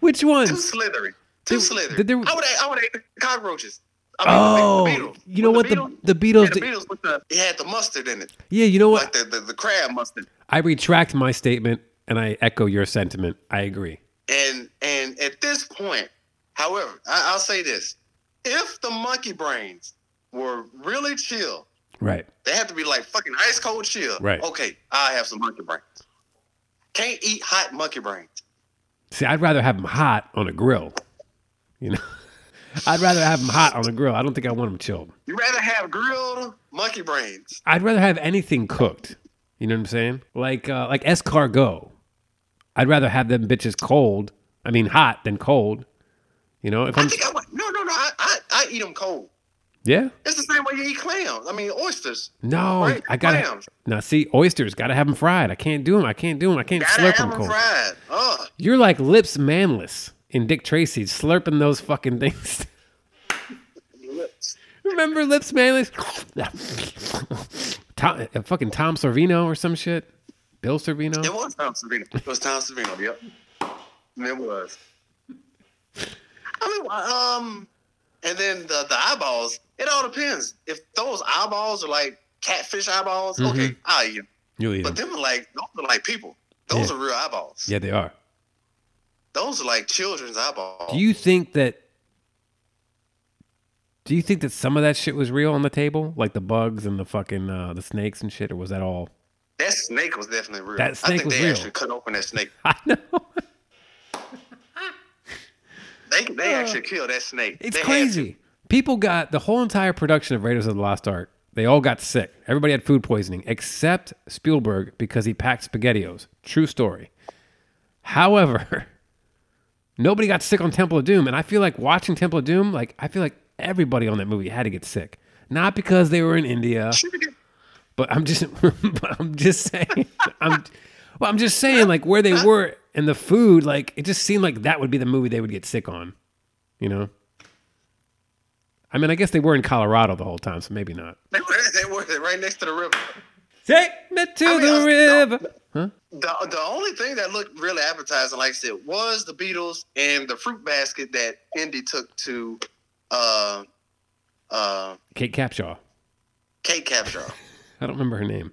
Which Too ones? slithery. Too Did- slithery. did there- I would have, I would have ate the cockroaches. Oh, I mean, the beetles. you know Was what The the beetles? the Beatles? did- Yeah, the beetles with the it had the mustard in it, yeah, you know like what? the, the, the crab mustard. I retract my statement and I echo your sentiment. I agree. And and at this point, however, I, I'll say this: if the monkey brains were really chill, Right. They have to be like fucking ice cold chill. Right. Okay, I have some monkey brains. Can't eat hot monkey brains. See, I'd rather have them hot on a grill. You know, I'd rather have them hot on a grill. I don't think I want them chilled. You rather have grilled monkey brains. I'd rather have anything cooked. You know what I'm saying? Like uh, like escargot. I'd rather have them bitches cold. I mean, hot than cold. You know, if I I'm think I would. No, no, no. I, I, I eat them cold. yeah. It's the same way you eat clams. I mean oysters. No, Right, I gotta clams. now see oysters. Gotta have them fried. I can't do them. I can't do them. I can't Gotta slurp have them them cold. fried. Oh, You're like lips manless in Dick Tracy slurping those fucking things. lips. Remember lips manless? Tom, uh, fucking Tom Servino or some shit. Bill Servino. It was Tom Savino. It was Tom Savino. Yep. It was. I mean, why- um, and then the the eyeballs. It all depends. If those eyeballs are like catfish eyeballs, Mm-hmm. okay, I'll eat 'em. You eat But 'em. them are like those are like people. Those Yeah. are real eyeballs. Yeah, they are. Those are like children's eyeballs. Do you think that? Do you think that some of that shit was real on the table, like the bugs and the fucking uh, the snakes and shit, or was that all? that snake was definitely real. That I snake think was they real. actually cut open that snake. I know They they actually killed that snake. it's They had to. crazy. People got the whole entire production of Raiders of the Lost Ark They all got sick. Everybody had food poisoning except Spielberg because he packed SpaghettiOs. True story. However, nobody got sick on Temple of Doom, and I feel like watching Temple of Doom, like I feel like everybody on that movie had to get sick. Not because they were in India, but I'm just I'm just saying I'm well, I'm just saying like where they were and the food, like it just seemed like that would be the movie they would get sick on. You know? I mean, I guess they were in Colorado the whole time, so maybe not. They were, they were right next to the river. Take me to mean, the I- no. river. The, the only thing that looked really appetizing, like I said, was the Beatles and the fruit basket that Indy took to uh, uh, Kate Capshaw. Kate Capshaw. I don't remember her name.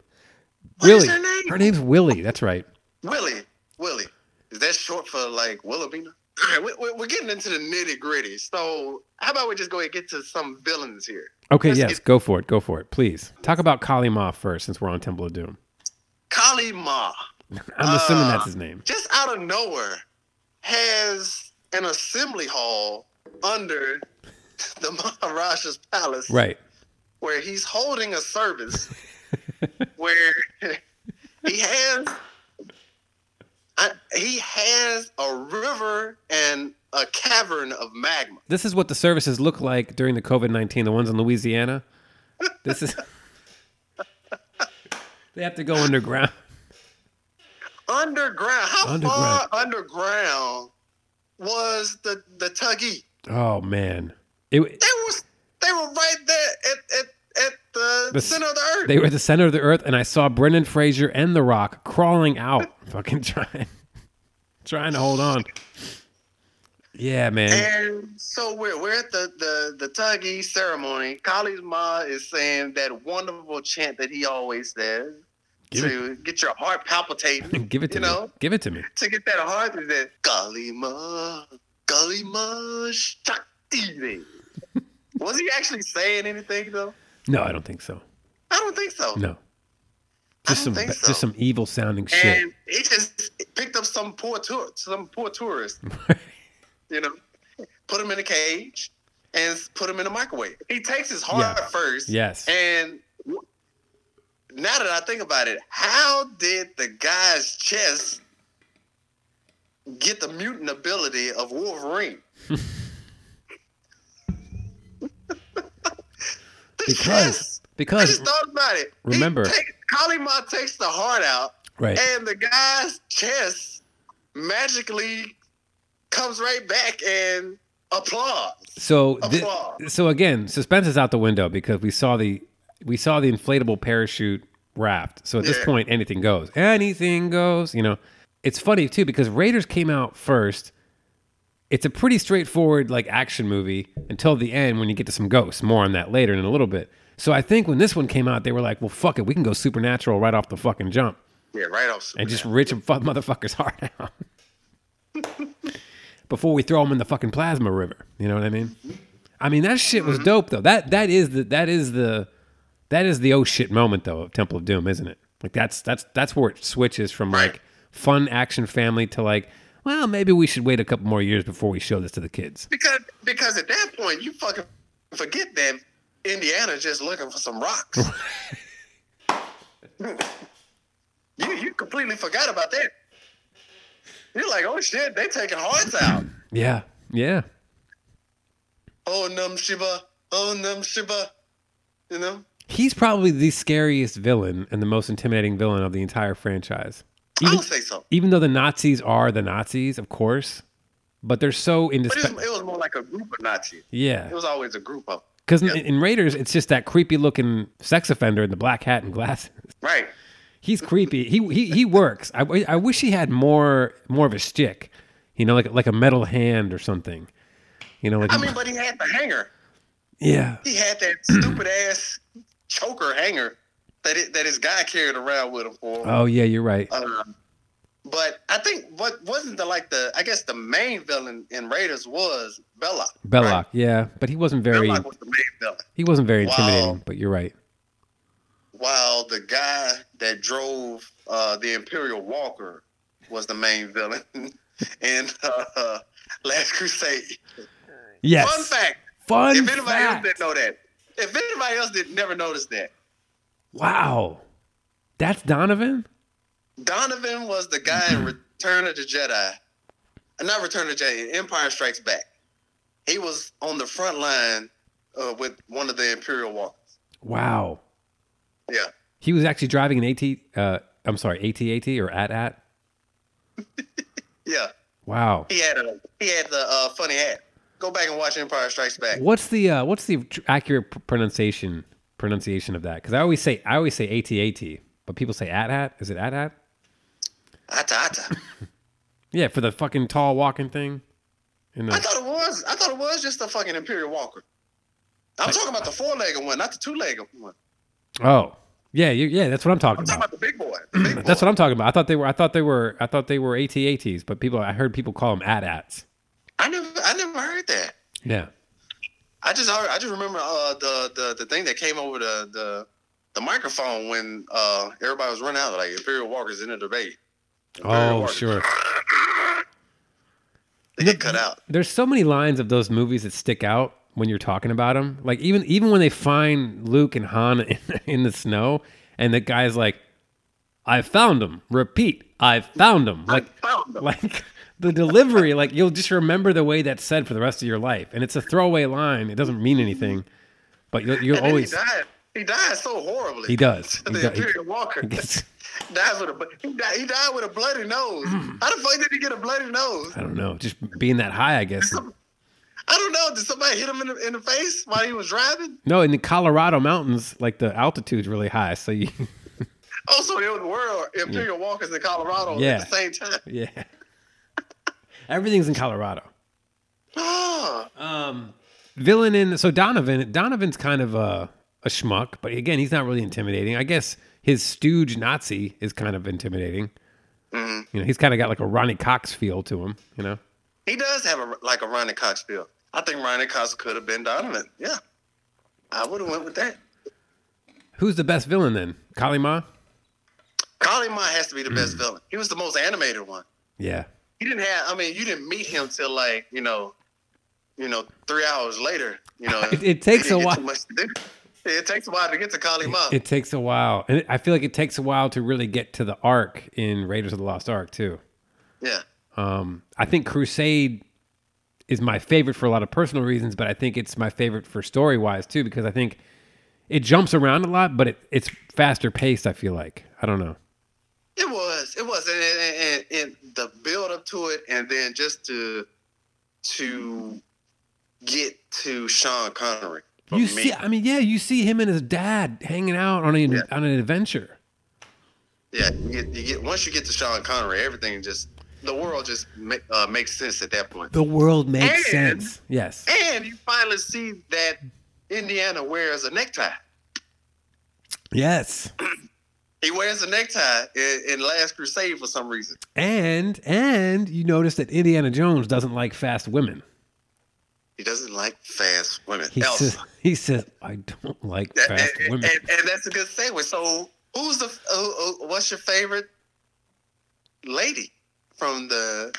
What is Willie. her name? name's Willie. That's right. Willie. Willie. Is that short for like Willowbina? All right, we, we're getting into the nitty gritty. So, how about we just go ahead and get to some villains here? Okay, Let's yes, get- go for it. Go for it. Please. Talk about Kali Ma first since we're on Temple of Doom. Kali Ma, I'm Ah. assuming that's his name. just out of nowhere, has an assembly hall under the Maharaja's palace. Right. where he's holding a service where he has I, he has a river and a cavern of magma. This is what the services look like during the COVID 19, the ones in Louisiana. This is. they have to go underground. Underground. How Underground. far underground was the the tuggy? Oh, man. It, They was they were right there at at, at the, The s- center of the earth. they were at the center of the earth, and I saw Brendan Fraser and The Rock crawling out, fucking trying, trying to hold on. Yeah, man. And so we're we're at the the the tuggy ceremony. Kali's ma is saying that wonderful chant that he always says Give it- to get your heart palpitating. Give it to you me. know Give it to me. to get that heart is that Kali ma, Kali ma shakti. Devi." Was he actually saying anything though? No, I don't think so. I don't think so. No. I Just don't some think ba- so. just some evil sounding shit. And he just picked up some poor tour, some poor tourist. you know, put him in a cage and put him in a microwave. He takes his heart Yeah. first. Yes. And w- now that I think about it, how did the guy's chest get the mutant ability of Wolverine? The Because chest. I because just thought about it. He remember- take- Kali Ma takes the heart out, right. and the guy's chest magically comes right back and applauds. So thi- Applause. so again, suspense is out the window because we saw the we saw the inflatable parachute raft. So at this Yeah. point, anything goes. Anything goes. You know, it's funny too because Raiders came out first. It's a pretty straightforward like action movie until the end when you get to some ghosts. More on that later in a little bit. So I think when this one came out, they were like, "Well, fuck it, we can go supernatural right off the fucking jump." Yeah, right off. and just rich and fuck motherfuckers hard out before we throw them in the fucking plasma river. You know what I mean? I mean that shit was dope though. That that is the that is the that is the oh shit moment though of Temple of Doom, isn't it? Like that's that's that's where it switches from like fun action family to like, well, maybe we should wait a couple more years before we show this to the kids. because because at that point you fucking forget that Indiana just looking for some rocks. you you completely forgot about that. You're like, oh shit, they taking hearts out. Yeah. Yeah. oh num shiva, oh num shiva, you know. He's probably the scariest villain and the most intimidating villain of the entire franchise. I Even- would say so, even though the Nazis are the Nazis, of course, but they're so but it indispensable. was, it was more like a group of Nazis. Yeah, It was always a group of because in, in Raiders, it's just that creepy looking sex offender in the black hat and glasses. right. He's creepy. He he he works. I, I wish he had more more of a stick, you know, like like a metal hand or something. You know, like I mean, but he had the hanger. yeah, He had that stupid ass choker hanger that it, that his guy carried around with him for. oh yeah, you're right. Um, but I think what wasn't the like the I guess the main villain in Raiders was Belloc. Belloc, yeah, but he wasn't very Belloc was the main villain. he wasn't very Wow. intimidating. But you're right. While the guy that drove uh, the Imperial Walker was the main villain in uh, Last Crusade. Yes. Fun fact. Fun if anybody else fact. didn't know that, If anybody else did never notice that, Wow. That's Donovan? Donovan was the guy Mm-hmm. in Return of the Jedi, Uh, not Return of the Jedi, in Empire Strikes Back. He was on the front line uh, with one of the Imperial walkers. Wow. Yeah, He was actually driving an AT, uh, I'm sorry, ATAT or AT-AT? yeah. Wow. He had a he had the uh, funny hat. Go back and watch Empire Strikes Back. What's the uh, what's the tr- accurate pr- pronunciation pronunciation of that? Because I always say I always say ATAT, but people say AT-AT. Is it AT-AT? Atta atta. Yeah, for the fucking tall walking thing. And I the, thought it was. I thought it was just a fucking Imperial Walker. I'm talking about the four-legged one, not the two-legged one. oh, yeah, you, yeah, that's what I'm talking I'm talking about. about the big boy. The big boy. That's what I'm talking about. I thought they were. I thought they were. I thought they were ATATs, but people. I heard people call them AT-ATs. I never. I never heard that. Yeah. I just heard, I just remember uh, the, the the thing that came over the the, the microphone when uh, everybody was running out like Imperial Walkers in the debate. Imperial Oh, Walkers. sure. They get cut out. There's so many lines of those movies that stick out when you're talking about them. Like even even when they find Luke and Han in, in the snow, and the guy's like, "I found him." Repeat, "I found him." Like Found them. like the delivery. Like you'll just remember the way that's said for the rest of your life, and it's a throwaway line. It doesn't mean anything, but you'll, you'll And then always. he died. He died so horribly. He does. the He di- he- Imperial Walker dies It's- with a bu- he died, he died with a bloody nose. Mm. How the fuck did he get a bloody nose? I don't know. Just being that high, I guess. I don't know. Did somebody hit him in the, in the face while he was driving? No, in the Colorado mountains, like the altitude's really high, so you, Also, it was world Imperial Walkers in Colorado Yeah. at the same time. yeah. Everything's in Colorado. Ah, villain in so Donovan. Donovan's kind of a a schmuck, but again, he's not really intimidating. I guess his stooge Nazi is kind of intimidating. You know, he's kind of got like a Ronnie Cox feel to him. You know, He does have a like a Ronnie Cox feel. I think Ronnie Cox could have been Donovan. Yeah, I would have went with that. who's the best villain then? Kalima? Colin Ma has to be the best Mm. villain. He was the most animated one. Yeah, He didn't have. I mean, you didn't meet him till like you know, you know, three hours later. You know, It- it takes He a didn't get while. too much to do. It takes a while to get to Colin Ma. it takes a while, and I feel like it takes a while to really get to the arc in Raiders of the Lost Ark too. yeah, Um, I think Crusade is my favorite for a lot of personal reasons, but I think it's my favorite for story wise too because I think it jumps around a lot, but it, it's faster paced. I feel like I don't know. it was. It was, and, and, and, and the build up to it, and then just to to get to Sean Connery. for You me. see, I mean, yeah, you see him and his dad hanging out on an on an adventure. Yeah, you get, you get once you get to Sean Connery, everything just the world just ma- uh, makes sense at that point. The world makes And- sense. Yes, And you finally see that Indiana wears a necktie. yes, He wears a necktie in, in Last Crusade for some reason. and and you notice that Indiana Jones doesn't like fast women. He doesn't like fast women. He Elsa. says he says I don't like That- fast and, women. and- and that's a good segue. So, who's the who, who- what's your favorite lady from the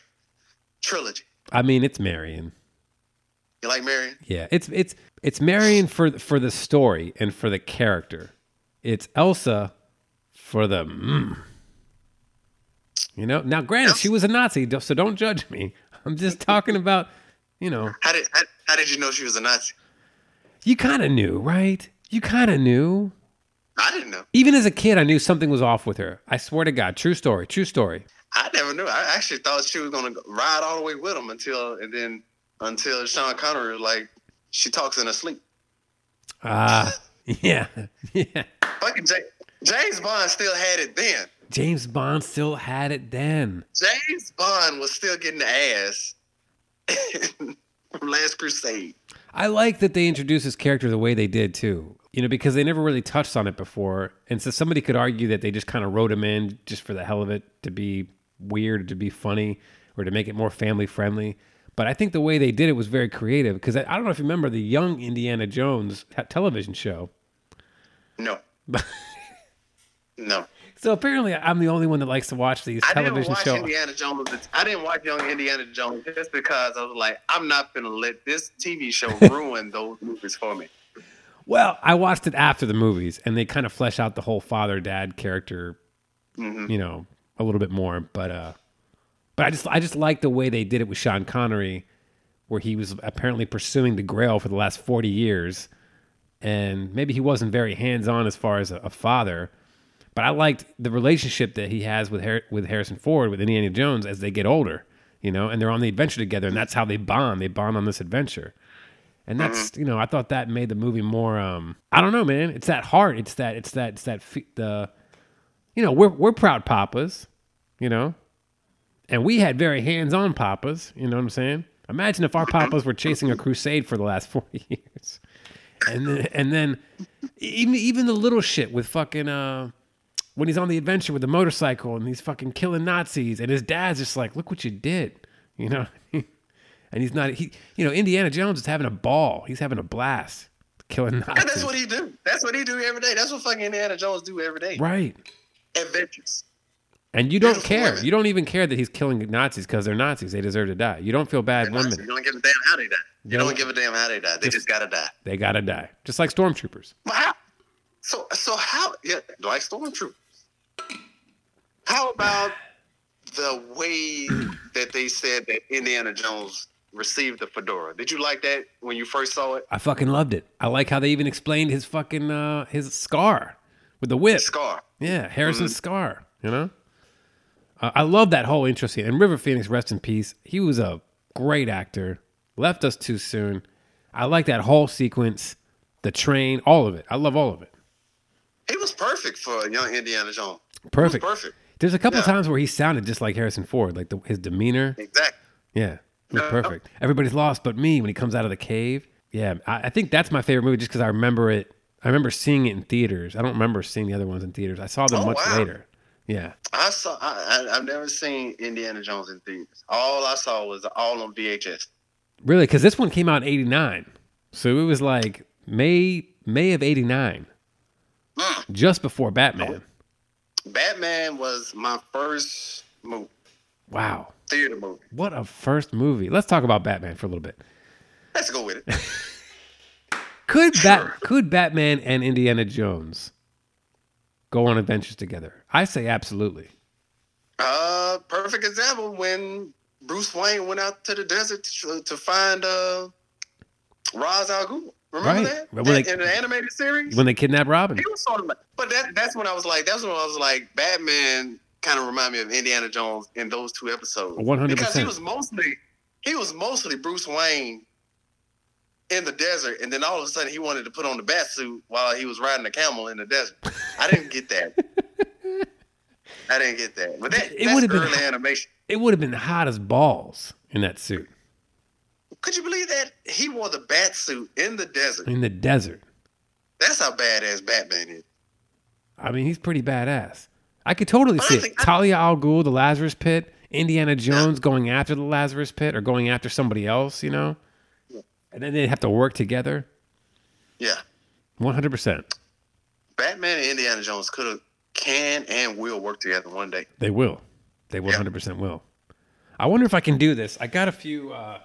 trilogy? I mean, it's Marion. You like Marion? Yeah, it's it's it's Marion for for the story and for the character. It's Elsa for the mm. You know, now granted she was a Nazi, do- so don't judge me. I'm just talking about, you know, How did how, how did you know she was a Nazi? you kind of knew, right? You kind of knew. I didn't know. Even as a kid, I knew something was off with her. I swear to God, true story, true story. I never knew. I actually thought she was gonna ride all the way with him until and then until Sean Connery was like she talks in her sleep. Ah, yeah, yeah. Fucking J- James Bond still had it then. James Bond still had it then. James Bond was still getting the ass from Last Crusade. I like that they introduced his character the way they did too. You know, because they never really touched on it before, and so somebody could argue that they just kind of wrote him in just for the hell of it to be weird, to be funny, or to make it more family friendly. But I think the way they did it was very creative because I, I don't know if you remember the young Indiana Jones te- television show. No. no. So apparently, I'm the only one that likes to watch these I didn't television watch shows. Indiana Jones. I didn't watch Young Indiana Jones just because I was like, I'm not gonna let this TV show ruin those movies for me. Well, I watched it after the movies, and they kind of flesh out the whole father dad character, you know, a little bit more. But uh, but I just I just like the way they did it with Sean Connery, where he was apparently pursuing the Grail for the last forty years, and maybe he wasn't very hands on as far as a, a father. But I liked the relationship that he has with Har- with Harrison Ford with Indiana Jones as they get older, you know, and they're on the adventure together, and that's how they bond. They bond on this adventure and that's you know I thought that made the movie more um I don't know man it's that heart it's that it's that it's that fe- the you know we're we're proud papas you know and we had very hands on papas you know what I'm saying imagine if our papas were chasing a crusade for the last 40 years and then, and then e, even even the little shit with fucking uh when he's on the adventure with the motorcycle and he's fucking killing Nazis and his dad's just like look what you did you know and he's not he you know Indiana Jones is having a ball. He's having a blast killing Nazis. And that's what he do. That's what he do every day. That's what fucking Indiana Jones do every day. right. Adventures. And you don't Beautiful care. women. You don't even care that he's killing Nazis because they're Nazis. They deserve to die. You don't feel bad one Nazis. minute. You don't give a damn how they die. You No. don't give a damn how they die. They just gotta die. They gotta die, just like stormtroopers. But how? So so how? Yeah, like stormtroopers. How about the way that they said that Indiana Jones received the fedora? Did you like that when you first saw it? I fucking loved it. I like how they even explained his fucking uh, his scar with the whip. Scar. Mm-hmm. Yeah, Harrison's scar. You know, uh, I love that whole intro scene. And River Phoenix, rest in peace. He was a great actor. Left us too soon. I like that whole sequence, the train, all of it. I love all of it. He was perfect for a young Indiana Jones. He was Perfect. Perfect. There's a couple Yeah. times where he sounded just like Harrison Ford, like the, his demeanor. Exactly. Yeah, it was Yeah. perfect. Everybody's lost but me when he comes out of the cave. Yeah, I, I think that's my favorite movie just because I remember it. I remember seeing it in theaters. I don't remember seeing the other ones in theaters. I saw them Oh, much wow. later. Yeah. I saw. I, I, I've never seen Indiana Jones in theaters. All I saw was all on VHS. Really, because this one came out in '89, so it was like May May of '89, Hmm. just before Batman. Batman was my first movie, Wow, theater movie. what a first movie! Let's talk about Batman for a little bit. Let's go with it. Could Bat could Batman and Indiana Jones go on adventures together? I say absolutely. uh, perfect example when Bruce Wayne went out to the desert to, to find uh, Ra's al Ghul. Remember Right. that Well, like- in the animated series? When they kidnap Robin, he was sort of like, but that, that's when I was like, that's when I was like, Batman kind of remind me of Indiana Jones in those two episodes. 100%. Because he was mostly, he was mostly Bruce Wayne in the desert, and then all of a sudden he wanted to put on the bat suit while he was riding a camel in the desert. I didn't get that. I didn't get that. But that, It that's would've been- early animation. it would have been hot as balls in that suit Could you believe that he wore the bat suit in the desert? in the desert. That's how badass Batman is. I mean, he's pretty badass. I could totally But I see it. think- I- Talia al Ghul, the Lazarus Pit, Indiana Jones going after the Lazarus Pit or going after somebody else, you know? And then they'd have to work together. Yeah. 100%. Batman and Indiana Jones could have can and will work together one day. They will. They 100% will. I wonder if I can do this. I got a few. Uh,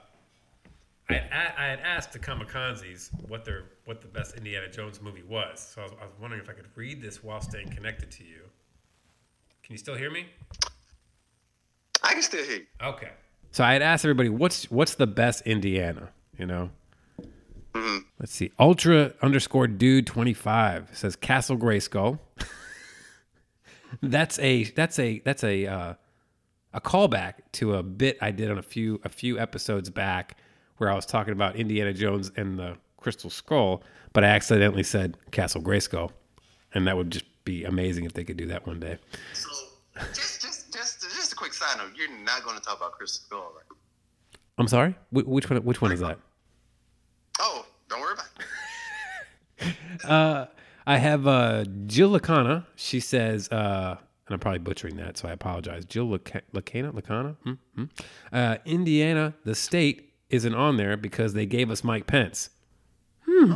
I, had a- I had asked the Kamikazes what their what the best Indiana Jones movie was. So I was, I was wondering if I could read this while staying connected to you. Can you still hear me? I can still hear you. Okay. So I had asked everybody, what's what's the best Indiana? You know. Let's see. Ultra underscore dude twenty five says Castle Grayskull. that's a that's a that's a uh, a callback to a bit I did on a few a few episodes back where I was talking about Indiana Jones and the Crystal Skull, but I accidentally said Castle Grayskull, and that would just be amazing if they could do that one day. So just just just just a quick side note, you're not gonna talk about Crystal Skull, right? I'm sorry. Wh- which one? Which one is that? Oh, don't worry about it. I have uh, Jill Lacana. She says, uh, and I'm probably butchering that, so I apologize. Jill Laca- Lacana? Lacana? Hmm, hmm. Uh, Indiana, the state, isn't on there because they gave us Mike Pence. Hmm.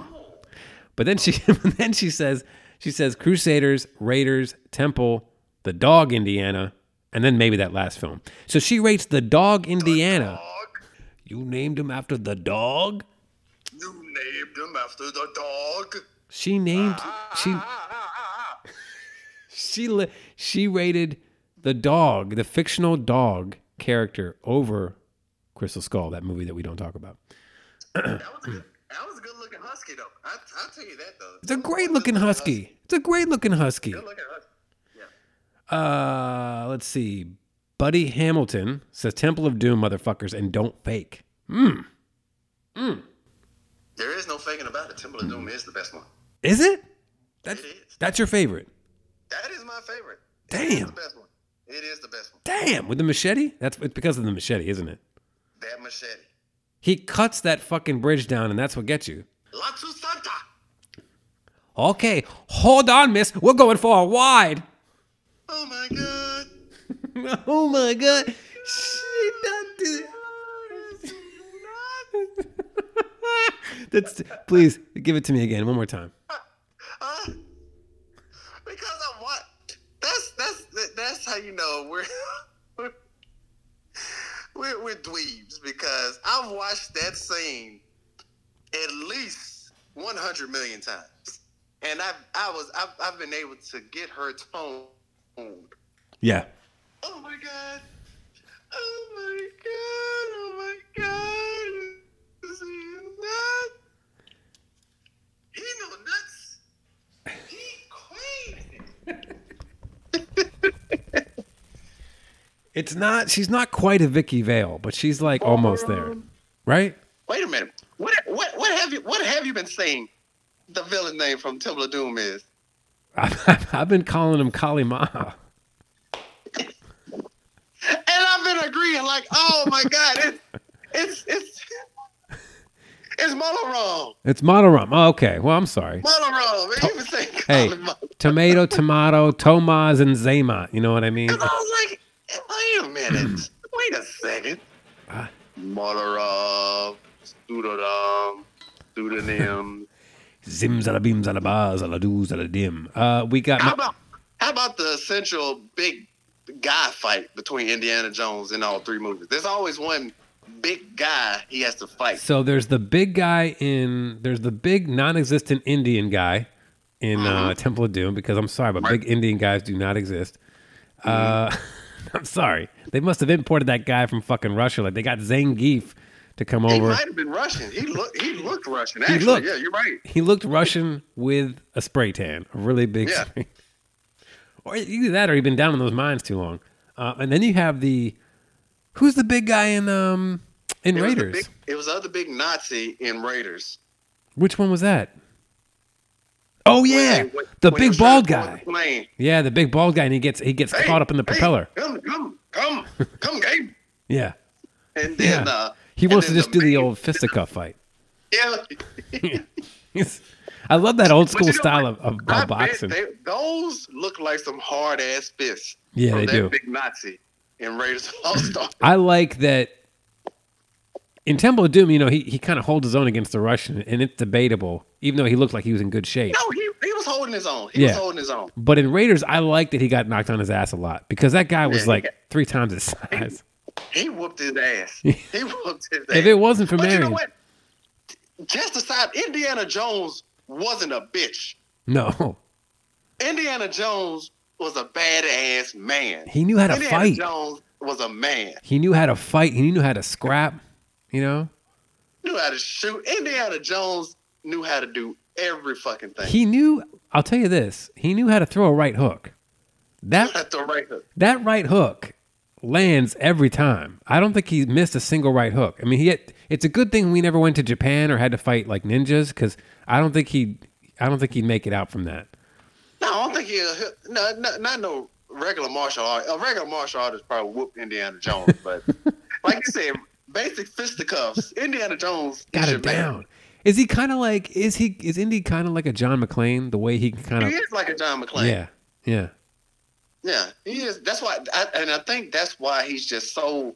But then she then she says she says Crusaders, Raiders, Temple, the dog Indiana, and then maybe that last film. So she rates the dog Indiana. You named him after the dog? You named him after the dog. She named she she li- she rated the dog, the fictional dog character over Crystal Skull, that movie that we don't talk about. That was a good, that was a good looking husky though. I, I'll tell you that though. It's a great looking husky. It's a great looking husky. Good looking husky. Uh, let's see. Buddy Hamilton says Temple of Doom, motherfuckers, and don't fake. There is no faking about it. Timberland Doom is the best one. Is it? That's It is. that's your favorite. That is my favorite. It's the Damn. best one. It is the best one. Damn. With the machete? That's it's because of the machete, isn't it? That machete. He cuts that fucking bridge down and that's what gets you. La tu Santa. Okay, hold on, miss. We're going for a wide. Oh my god. oh my god. She not do That's please give it to me again one more time. Huh? Because I want. That's that's that- that's how you know we're we're we're, we're dweebs because I've watched that scene at least one hundred million times, and I've I was I've, I've been able to get her tone. Oh Yeah. my god. Oh my god, oh my god. Is he nuts? He no nuts. He crazy. It's not she's not quite a Vicky Vale, but she's like almost there. Right? Wait a minute. What what what have you what have you been saying? The villain name from Temple of Doom is I've, I've been calling him Kali Maha. and I've been agreeing like, oh my god, it's it's it's it's Molarom. It's model rum. Oh, okay. Well, I'm sorry. Molarom. Man, you been saying Hey, Colin Mol- tomato, tomato, Tomas, and Zema. You know what I mean? And I was like, wait a minute. wait a second. Molarom, Pseudonym, Pseudonym. Zim, zada, bim, zada, ba, zada, do, zada, dim. Uh, we got. How about how about the central big guy fight between Indiana Jones in all three movies? There's always one big guy he has to fight. so there's the big guy in. There's the big non-existent Indian guy in Uh-huh. uh, Temple of Doom because I'm sorry, but big Indian guys do not exist. Uh, Mm-hmm. I'm sorry. They must have imported that guy from fucking Russia. Like they got Zangief to come He over. might have been Russian. He looked he looked Russian. Actually, looked. yeah, you're right. He looked Russian with a spray tan, a really big Yeah. spray. Or either that, or he'd been down in those mines too long. Uh, and then you have the who's the big guy in um in It was the Raiders? big- it was the other big Nazi in Raiders. Which one was that? Oh yeah, When- when- the when he big was bald trying to guy. pull the plane. Yeah, the big bald guy, and he gets he gets Hey, caught up in the hey, propeller. Come, come, come, come, Gabe. Yeah, And then Yeah. uh, he and wants to then just do the main- old fisticuff fight. Yeah, He's- I love that old But you school know style of, what? of, I of bet boxing. They, those look like some hard ass fists. Yeah, from they that do. Big Nazi in Raiders All Star. I like that in Temple of Doom, you know, he, he kind of holds his own against the Russian, and it's debatable, even though he looked like he was in good shape. no, he, he was holding his own. He Yeah. was holding his own. But in Raiders, I like that he got knocked on his ass a lot because that guy was Yeah, like three times his size. He whooped his ass. he whooped his ass. If it wasn't for but you know Marion, what? Just aside, Indiana Jones wasn't a bitch. no, Indiana Jones was a badass man. he knew how to Indiana fight. Jones was a man. He knew how to fight. He knew how to scrap. You know, He knew how to shoot. Indiana Jones knew how to do every fucking thing. he knew. I'll tell you this: he knew how to throw a right hook. That That's the right hook. that right hook lands every time. I don't think he missed a single right hook. I mean, he had, it's a good thing we never went to Japan or had to fight like ninjas because I don't think he, I don't think he'd make it out from that. No, I don't think he. No, no, not no regular martial art. A regular martial artist probably whooped Indiana Jones, but like you said, basic fisticuffs. Indiana Jones is Got your it man. down. Is he kind of like? Is he? Is Indy kind of like a John McClane? The way he can kind He of, is like a John McClane. yeah, yeah, Yeah, he is. That's why, I, and I think that's why he's just so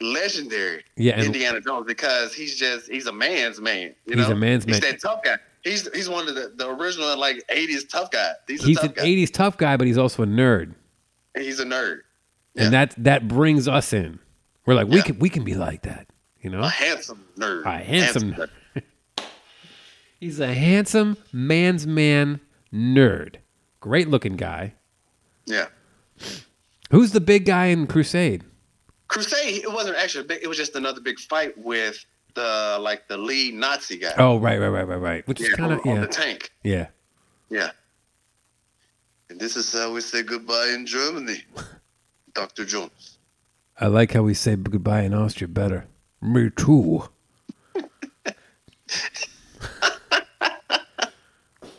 legendary. Yeah, and- Indiana Jones because he's just he's a man's man. You He's know? a man's he's man. that tough guy. He's he's one of the, the original like '80s tough guy. He's a he's tough an guy. '80s tough guy, but he's also a nerd, And he's a nerd, Yeah. and that that brings us in. We're like, we Yeah. can we can be like that, you know? a handsome nerd, A handsome nerd. He's a handsome man's man nerd. Great looking guy. Yeah. Who's the big guy in Crusade? Crusade, it wasn't actually a big, it was just another big fight with the like the lead Nazi guy. Oh, right, right, right, right, right. Which is yeah, kind on, of on yeah, the tank. yeah. Yeah. And this is how we say goodbye in Germany, Dr. Jones. I like how we say goodbye in Austria better. Me too.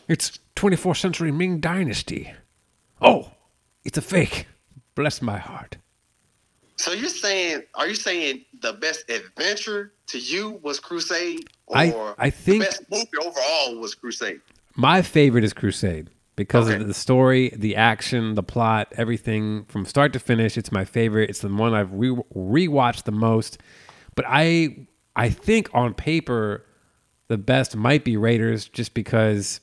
it's 24th century Ming Dynasty. Oh, it's a fake. Bless my heart. So you're saying, are you saying the best adventure to you was Crusade? Or I- I think- the best movie overall was Crusade. My favorite is Crusade because Okay. of the story, the action, the plot, everything from start to finish. It's my favorite. It's the one I've re- rewatched the most. But I I think on paper the best might be Raiders just because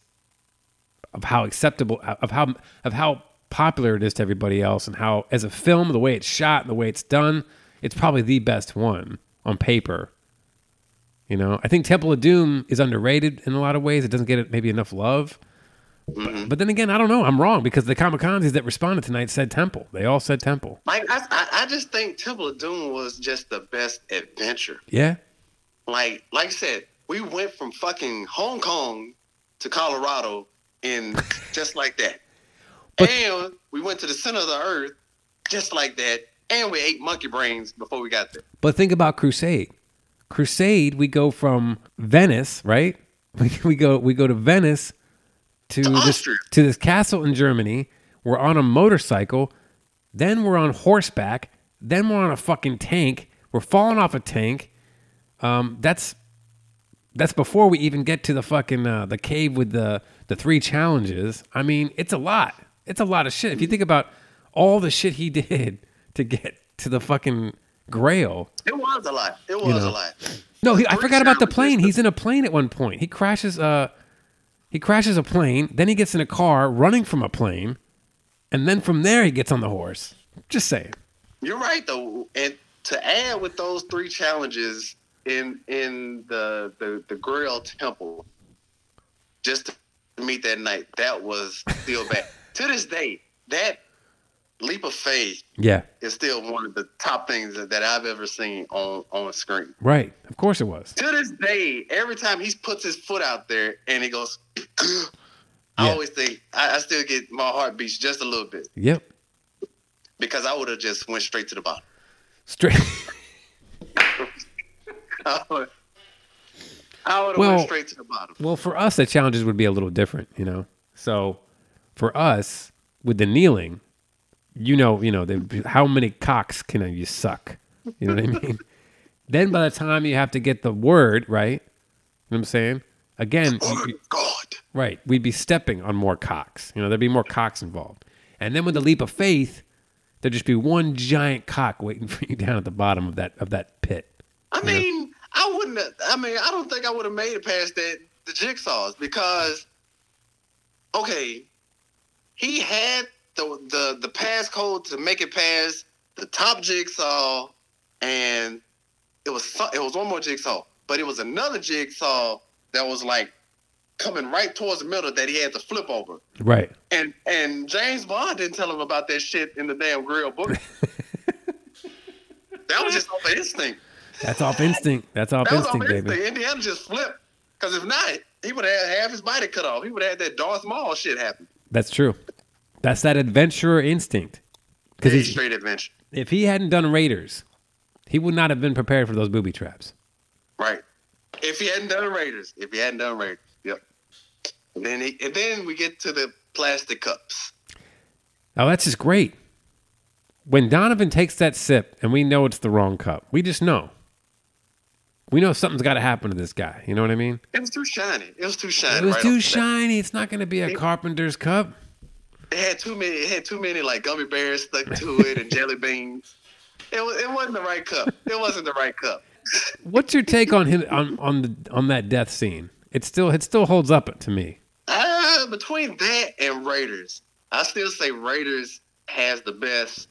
of how acceptable of how of how popular it is to everybody else and how as a film the way it's shot and the way it's done, it's probably the best one on paper. You know, I think Temple of Doom is underrated in a lot of ways. It doesn't get it maybe enough love. But, but then again, I don't know. I'm wrong because the kamikazes that responded tonight said Temple. They all said Temple. Like I, I, I just think Temple of Doom was just the best adventure. Yeah. Like, like I said, we went from fucking Hong Kong to Colorado in just like that. But- and we went to the center of the earth just like that. And we ate monkey brains before we got there. But think about Crusade. Crusade, we go from Venice, right? We, we go we go to Venice to, this, Austria. to this castle in Germany. We're on a motorcycle, then we're on horseback, then we're on a fucking tank. We're falling off a tank. Um, that's that's before we even get to the fucking uh, the cave with the the three challenges. I mean, it's a lot. It's a lot of shit. If you think about all the shit he did to get to the fucking Grail, It was a lot. It was know. a lot. no, he, I Three forgot about the challenges. plane. He's in a plane at one point. He crashes a he crashes a plane. Then he gets in a car running from a plane, and then from there he gets on the horse. Just saying. You're right though. And to add with those three challenges in in the the, the Grail Temple, just to meet that night, that was still bad. to this day, that leap of faith Yeah, is still one of the top things that, that I've ever seen on on screen. right. Of course it was. To this day, every time he puts his foot out there and he goes, I Yeah. always think I, I still get my heart beats just a little bit Yep. because I would have just went straight to the bottom. Straight. I would have Well- went straight to the bottom. Well, for us, the challenges would be a little different, you know. So, for us, with the kneeling, you know, you know, the, how many cocks can you suck? You know what I mean? then by the time you have to get the word right, you know what I'm saying? Again, you- you- Oh, God. right? We'd be stepping on more cocks. You know, there'd be more cocks involved. And then with the leap of faith, there'd just be one giant cock waiting for you down at the bottom of that of that pit. I mean, I wouldn't. have- I mean, I don't think I would have made it past that the jigsaws because, okay, he had the the the passcode to make it past the top jigsaw, and it was so- it was one more jigsaw, but it was another jigsaw that was like coming right towards the middle that he had to flip over. Right. And and James Bond didn't tell him about that shit in the damn grill book. that was just off of instinct. That's off instinct. That's off That was instinct, off baby. instinct. Indiana just flipped. Because if not, he would have had half his body cut off. He would have had that Darth Maul shit happen. That's true. That's that adventurer instinct. Because He's he's straight adventure. if he hadn't done Raiders, he would not have been prepared for those booby traps. Right. If he hadn't done Raiders. If he hadn't done Raiders. Yep. And then he, and then we get to the plastic cups. Now that's just great. When Donovan takes that sip, and we know it's the wrong cup, we just know. We know something's got to happen to this guy. You know what I mean? It was too shiny. It was too shiny. It was right off too the bat. shiny. It's not going to be a carpenter's cup. It had too many. It had too many like gummy bears stuck to it and jelly beans. It, wa- it wasn't the right cup. It wasn't the right cup. What's your take on him on on the on that death scene? It still it still holds up to me. Uh, between that and Raiders, I still say Raiders has the best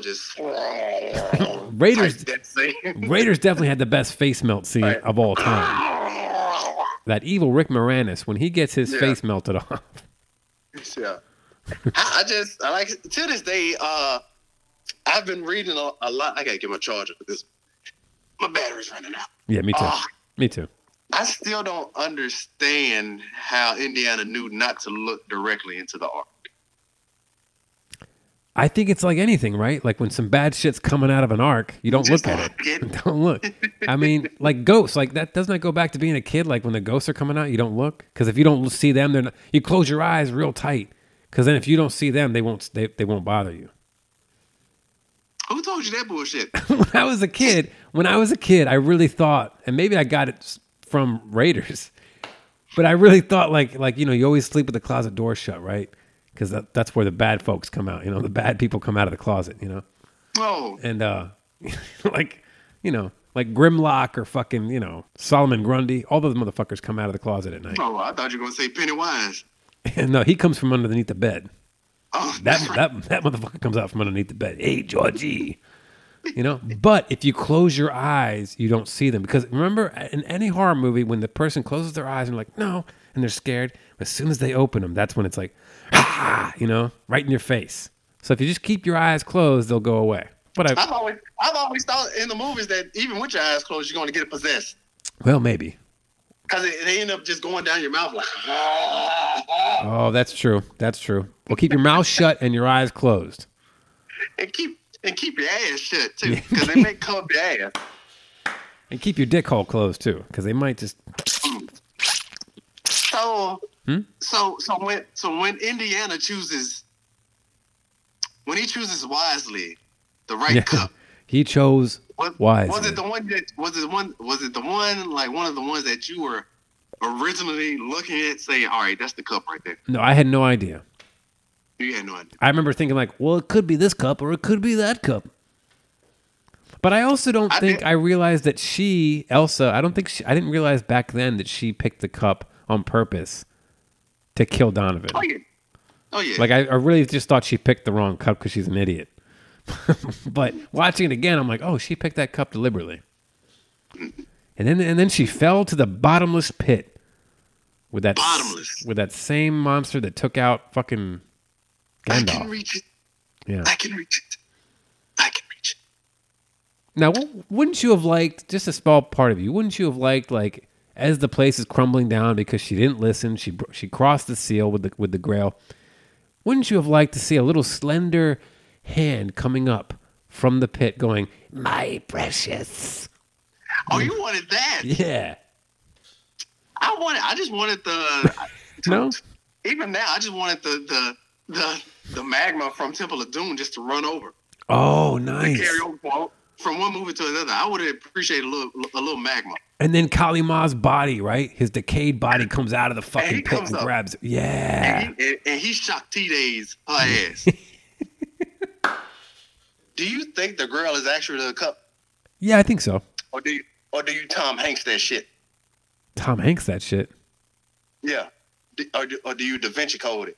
Just Raiders Type that scene. Raiders definitely had the best face melt scene of all time. that evil Rick Moranis when he gets his Yeah. face melted off. Yeah. I, I just I like to this day. Uh, I've been reading a, a lot. I gotta get my charger because my battery's running out. Yeah, me too. Ah. Me too. I still don't understand how Indiana knew not to look directly into the ark. I think it's like anything, right? Like when some bad shit's coming out of an arc, you don't look Just at look it. at it. don't look. I mean, like ghosts, like that doesn't that go back to being a kid? Like when the ghosts are coming out, you don't look because if you don't see them, they're not, you close your eyes real tight because then if you don't see them, they won't they, they won't bother you. Who told you that bullshit? when I was a kid, when I was a kid, I really thought, and maybe I got it s- from Raiders, but I really thought like like you know you always sleep with the closet door shut, right? Because that, that's where the bad folks come out. You know, the bad people come out of the closet. You know. Oh, and uh like you know like grimlock or fucking you know solomon grundy all those motherfuckers come out of the closet at night oh! I thought you were gonna say Pennywise. no he comes from underneath the bed Oh, that that that motherfucker comes out from underneath the bed hey georgie you know but if you close your eyes you don't see them because remember in any horror movie when the person closes their eyes and like no and they're scared as soon as they open them that's when it's like ah you know right in your face so if you just keep your eyes closed they'll go away but I, I've always I've always thought in the movies that even with your eyes closed, you're gonna get possessed well maybe because they end up just going down your mouth like. "Ah." Oh, that's true. That's true. Well, keep your mouth shut and your eyes closed. and keep and keep your ass shut too, because they may come up your ass. And keep your dick hole closed too, because they might just. So, so, so when so when Indiana chooses, when he chooses wisely, the right Yeah. cup. He chose Was, wise. was it the one that was it one was it the one like one of the ones that you were originally looking at saying, all right, that's the cup right there. No, I had no idea. You had no idea. I remember thinking like, well, it could be this cup or it could be that cup. But I also don't I think did- I realized that she, Elsa, I don't think she, I didn't realize back then that she picked the cup on purpose to kill Donovan. Oh yeah, oh yeah. Like I, I really just thought she picked the wrong cup because she's an idiot. but watching it again, I'm like, oh, she picked that cup deliberately. And then and then she fell to the bottomless pit with that s- Bottomless. with that same monster that took out fucking I can Gandalf. reach it. Yeah. I can reach it. I can reach it. Now, w- wouldn't you have liked just a small part of you? Wouldn't you have liked like as the place is crumbling down because she didn't listen? She br- she crossed the seal with the with the Grail. Wouldn't you have liked to see a little slender hand coming up from the pit, going, "My precious." Oh, you wanted that? Yeah. I wanted. I just wanted the. No. even now, I just wanted the the the the magma from Temple of Doom just to run over, Oh, to nice. carry over from- from one movie to another. I would have appreciated a little a little magma. And then Kali Ma's body, right? His decayed body comes out of the he fucking pit comes and up. grabs. Yeah. And, he- and he shocked T Days her ass. do you think the girl is actually the cup, Yeah, I think so. or do you, or do you Tom Hanks that shit? Tom Hanks, that shit. Yeah. Do- Or do, or do you Da Vinci Code it?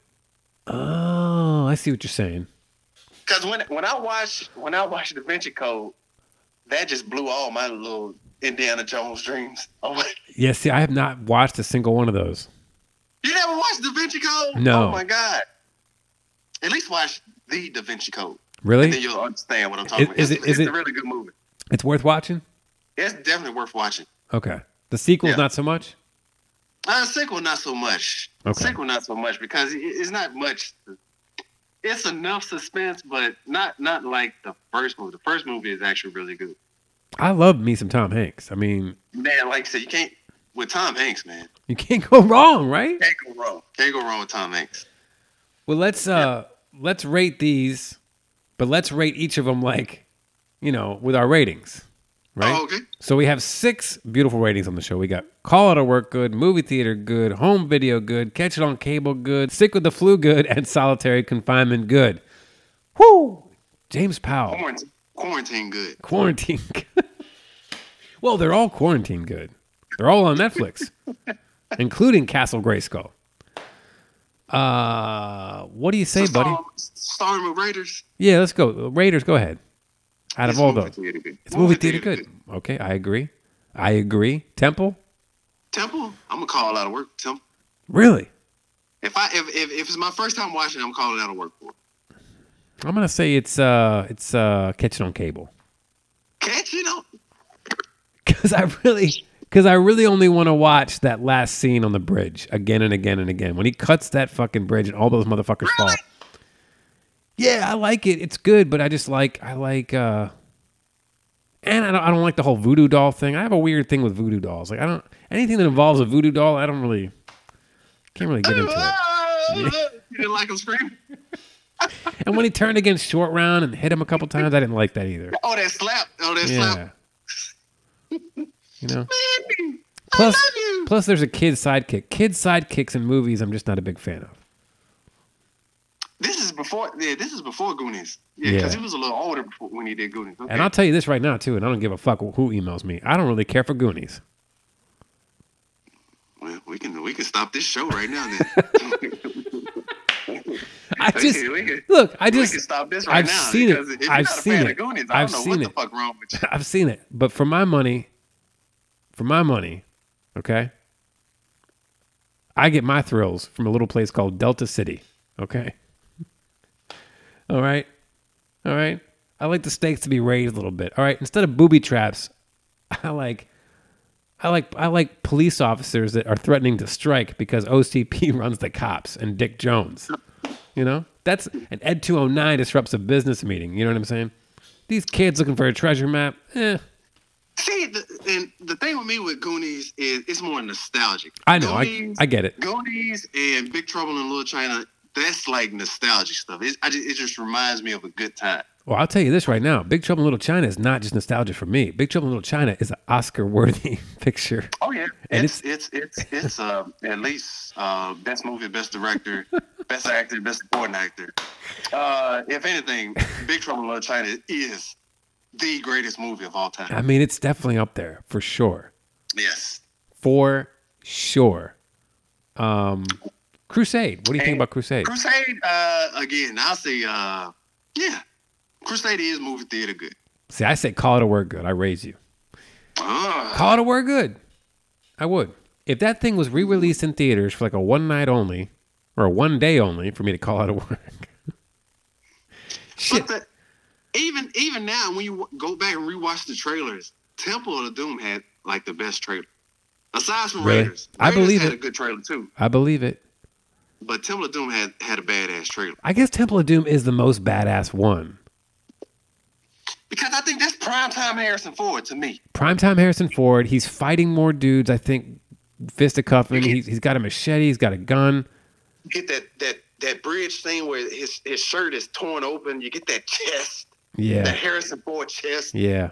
Oh, I see what you're saying. Because when when I watch when I watch Da Vinci Code, that just blew all my little Indiana Jones dreams. away. Yeah, see, I have not watched a single one of those. You never watched Da Vinci Code? No. Oh my god. At least watch the Da Vinci Code. Then Really? you'll understand what I'm talking about. Is- is it's, it- is it's it- a really good movie. It's worth watching? It's definitely worth watching. Okay. The sequel's Yeah. not so much? Uh, sequel, not so much. Okay. Sequel, not so much because it, it's not much. It's enough suspense, but not not like the first movie. The first movie is actually really good. I love me some Tom Hanks. I mean, Man, like I said, you can't with Tom Hanks, man. you can't go wrong, right? Can't go wrong. Can't go wrong with Tom Hanks. Well, let's uh let's rate these, but let's rate each of them like, you know, with our ratings, right? Oh, okay. So we have six beautiful ratings on the show. We got call out of work good, movie theater good, home video good, catch it on cable good, sick with the flu good, and solitary confinement good. Whoo! James Powell. Quarantine, quarantine good. quarantine. well, they're all quarantine good. They're all on Netflix, including Castle Grayskull. Uh, what do you say, buddy? Star- Starring with Raiders. Yeah, let's go. Raiders, go ahead. Out of It's all movie those, theater good. it's movie theater good. Okay, I agree. I agree. Temple, Temple, I'm gonna call out of work. Temple. Really? If I if, if, if it's my first time watching, it, I'm calling out of work for it. I'm gonna say it's uh it's uh catching on cable Catch you know. because I really because I really only want to watch that last scene on the bridge again and again and again when he cuts that fucking bridge and all those motherfuckers fall. Yeah, I like it. It's good, but I just like I like uh and I don't I don't like the whole voodoo doll thing. I have a weird thing with voodoo dolls. Like I don't anything that involves a voodoo doll, I don't really can't really get into it. you didn't like him screaming? And when he turned against Short Round and hit him a couple times, I didn't like that either. Oh, that slap! Oh, that Yeah. slap! You know. Plus, plus, there's a kid sidekick. Kid sidekicks in movies, I'm just not a big fan of. This is before. Yeah, this is before Goonies. Yeah, Yeah. because he was a little older before, when he did Goonies. Okay. And I'll tell you this right now too, and I don't give a fuck who emails me. I don't really care for Goonies. Well, we can we can stop this show right now. Then I just we can, look. I we can just stop this right I've now. seen it. because If you're I've not a seen fan it. Of Goonies, I I've don't know seen what it. the fuck wrong with you. I've seen it, but for my money, for my money, okay, I get my thrills from a little place called Delta City. Okay, all right, all right. I like the stakes to be raised a little bit. All right, instead of booby traps, I like. I like I like police officers that are threatening to strike because OCP runs the cops and Dick Jones. You know? That's an Ed 209 disrupts a business meeting. You know what I'm saying? These kids looking for a treasure map. Eh. See, the, and the thing with me with Goonies is it's more nostalgic. I know. I, Goonies, I get it. Goonies and Big Trouble in Little China. That's like nostalgic stuff. It, I just, it just reminds me of a good time. Well, I'll tell you this right now. Big Trouble in Little China is not just nostalgia for me. Big Trouble in Little China is an Oscar worthy picture. Oh yeah, And it's it's it's it's, uh, at least uh, best movie, best director, best actor, best supporting actor. Uh, if anything, Big Trouble in Little China is the greatest movie of all time. I mean, it's definitely up there for sure. Yes, For sure. Um, Crusade. What do you think about Crusade? Crusade. Uh, again, I'll say, uh, yeah, Crusade is movie theater good. See, I said call it a word good. I raise you. Uh, Call it a word good. I would. If that thing was re released in theaters for like a one night only or a one day only for me to call out a word. Shit. but the, even even now, when you w- go back and rewatch the trailers, Temple of Doom had like the best trailer. Aside from Really? Raiders, I Raiders believe had it. a good trailer too. I believe it. But Temple of Doom had had a badass trailer I guess Temple of Doom is the most badass one. because I think that's prime time Harrison Ford to me. Primetime Harrison Ford. He's fighting more dudes. I think fisticuffing. He's, he's got a machete. He's got a gun. You get that that that bridge thing where his his shirt is torn open. You get that chest, that Yeah. Harrison Ford chest. Yeah.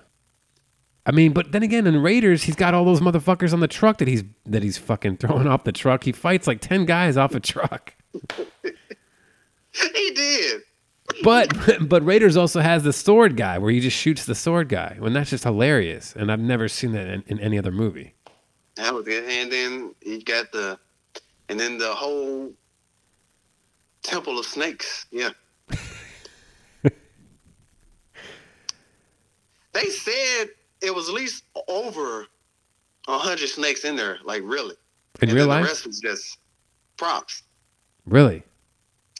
I mean, but then again, in Raiders, he's got all those motherfuckers on the truck that he's that he's fucking throwing off the truck. He fights like ten guys off a truck. He did. But but Raiders also has the sword guy where he just shoots the sword guy, and that's just hilarious. And I've never seen that in, in any other movie. That was good. And then you got the, and then the whole Temple of Snakes. Yeah. they said it was at least over a hundred snakes in there. Like really. In and real then life, the rest was just props. really.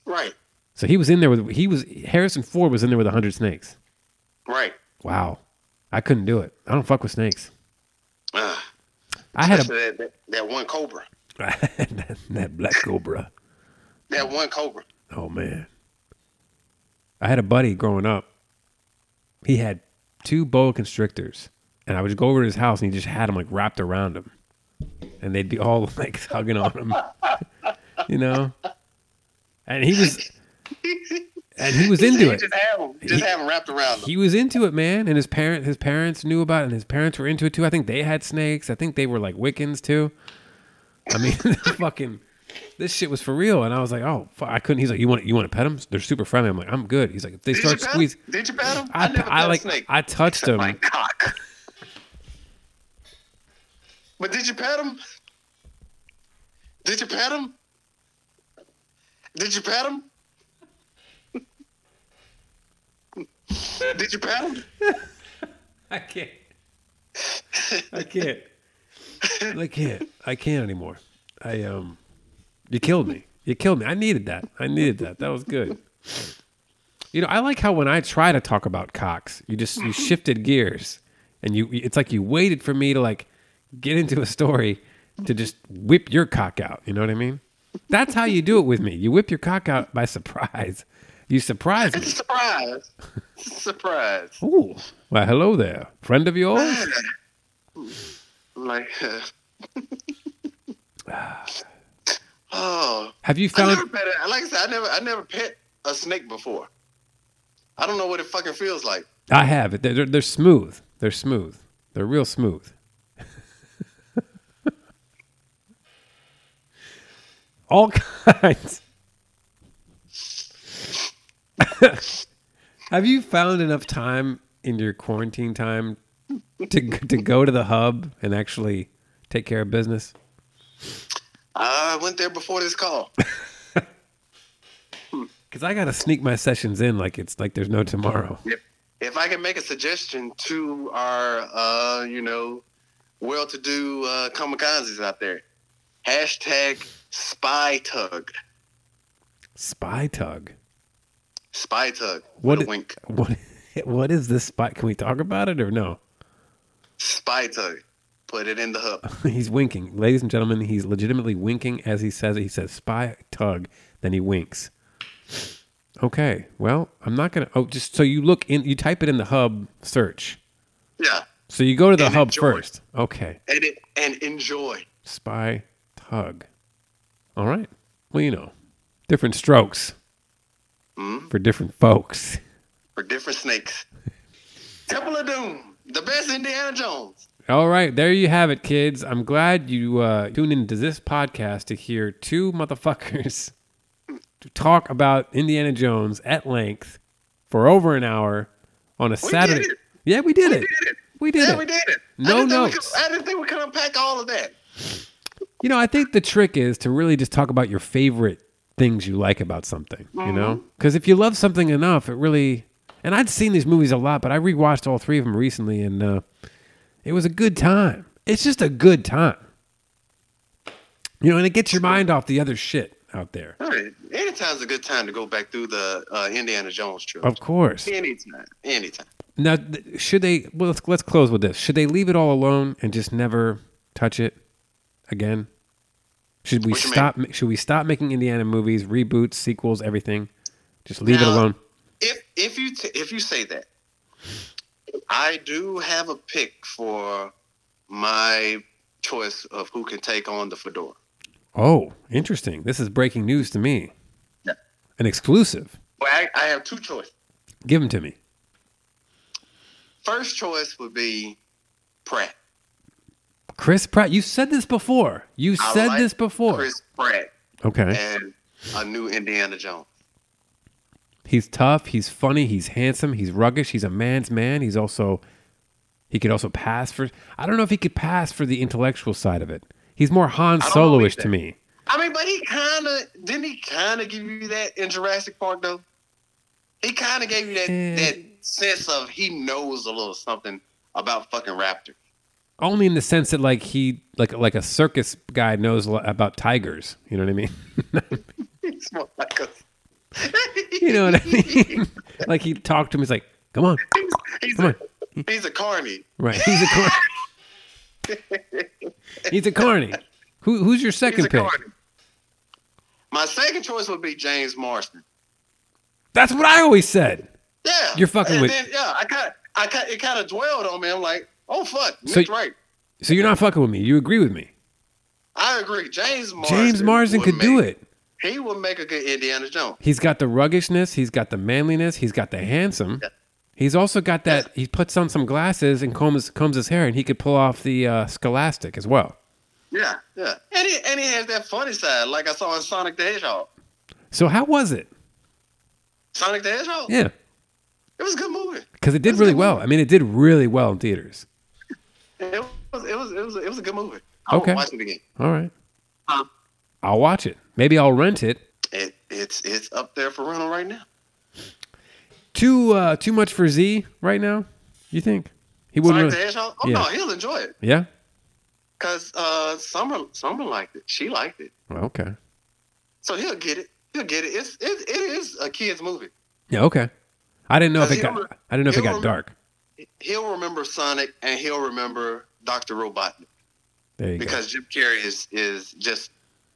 Right, So he was in there with he was Harrison Ford was in there with hundred snakes. right. Wow, I couldn't do it. I don't fuck with snakes. Uh, I had a that, that, that one cobra. that, that black cobra. That one cobra. Oh man. I had a buddy growing up. He had two boa constrictors, and I would just go over to his house, and he just had them like wrapped around him, and they'd be all like hugging on him, you know. And he was, and he was into it. Just have them, just have 'em wrapped around them. He was into it, man, and his parent, his parents knew about it, and his parents were into it too. I think they had snakes. I think they were like Wiccans too. I mean, fucking, this shit was for real. And I was like, oh, fuck, I couldn't. He's like, you want you want to pet them? They're super friendly. I'm like, I'm good. He's like, if they Did you start pet squeezing, 'em? Did you pet him? I, I like, I touched him. my cock. But did you pet him? Did you pet him? Did you pet him? did you pet him? I can't. I can't. I can't. I can't anymore. I um, you killed me. You killed me. I needed that. I needed that. That was good. You know, I like how when I try to talk about cocks, you just you shifted gears, and you it's like you waited for me to like get into a story to just whip your cock out. You know what I mean? That's how you do it with me. You whip your cock out by surprise. You surprise me. Surprise. Surprise. Ooh. Well, hello there, friend of yours. I'm like, uh, oh, Have you I never found? pet. A, like I said, I never, I never pet a snake before. I don't know what it fucking feels like. I have. They're, they're, they're smooth. They're smooth. They're real smooth. All kinds. have you found enough time in your quarantine time to to go to the hub and actually take care of business? I went there before this call. Because I gotta sneak my sessions in like it's like there's no tomorrow. if I can make a suggestion to our, uh, you know, well-to-do uh, kamikazes out there, hashtag spy tug, Spy tug. spy tug. What What a i- wink, What what is this spy? Can we talk about it or no? spy tug. Put it in the hub. He's winking. Ladies and gentlemen, he's legitimately winking as he says it. He says spy tug, then he winks. Okay. Well, I'm not going to Oh, just so you look in you type it in the hub search. Yeah, So you go to the And hub enjoy. first. Okay. and it, and enjoy. Spy tug. All right. Well, you know, different strokes Hmm? for different folks. for different snakes. Temple of Doom, the best Indiana Jones. All right, there you have it, kids. I'm glad you uh, tuned into this podcast to hear two motherfuckers to talk about Indiana Jones at length for over an hour on a Saturday. it. Yeah, we did, it. did it. We did yeah, it. we did it. No I didn't think we notes. could- I didn't think we could unpack all of that. You know, I think the trick is to really just talk about your favorite things you like about something, you know? Because if you love something enough, it really. And I'd seen these movies a lot, but I rewatched all three of them recently, and uh, it was a good time. It's just a good time. You know, and it gets your mind off the other shit out there. All right. Anytime's a good time to go back through the uh, Indiana Jones trilogy. Of course. Anytime. Anytime. Now, th- should they. Well, let's, let's close with this. Should they leave it all alone and just never touch it again? Should we What you mean? stop? Should we stop making Indiana movies, reboots, sequels, everything? Just leave it Now- alone. If if you t- if you say that, I do have a pick for my choice of who can take on the fedora. Oh, interesting. This is breaking news to me. Yeah. An exclusive. Well, I, I have two choices. Give them to me. First choice would be Pratt. Chris Pratt. You said this before. You I said like this before. Chris Pratt. okay. and a new Indiana Jones. He's tough. He's funny. He's handsome. He's ruggish. He's a man's man. He's also he could also pass for. I don't know if he could pass for the intellectual side of it. He's more Han I don't believe Solo-ish to that. me. I mean, but he kind of didn't he kind of give you that in Jurassic Park though. He kind of gave you that Eh. that sense of he knows a little something about fucking raptor. Only in the sense that like he like like a circus guy knows a lot about tigers. You know what I mean? He's more like a- you know what I mean? like he talked to him. He's like, "Come on, he's, Come a, he's a carny. Right. He's a corny. He's a corny. Who, who's your He's second a pick? carny. My second choice would be James Marston. That's what I always said. Yeah, You're fucking and with- Then, yeah, I kind I kind it kind of dwelled on me. I'm like, oh fuck, So Nick's you- right. So you're not fucking with me. You agree with me. I agree. James Marsden. James Marsden would could do make- it. He would make a good Indiana Jones. He's got the ruggishness. He's got the manliness. He's got the handsome. He's also got that. He puts on some glasses and combs combs his hair, and he could pull off the uh, scholastic as well. Yeah, yeah. And he and he has that funny side, like I saw in Sonic the Hedgehog. So how was it? Sonic the Hedgehog. Yeah, It was a good movie. because it did That's really good. well. I mean, it did really well in theaters. It was it was it was it was a good movie. I Okay. would watch it again. All right, Huh. I'll watch it. Maybe I'll rent it. It it's it's up there for rental right now. too uh, too much for Z right now. You think he Sonic wouldn't? the Really, Hedgehog. Oh yeah. no, he'll enjoy it. yeah, Cause uh, Summer Summer liked it. She liked it. Okay. So he'll get it. He'll get it. It's it, it is a kids movie. Yeah. Okay. I didn't know if Does it he got. ever- I didn't know if it he got ever- dark. He'll remember Sonic and he'll remember Doctor Robotnik There you go. because Jim Carrey is is just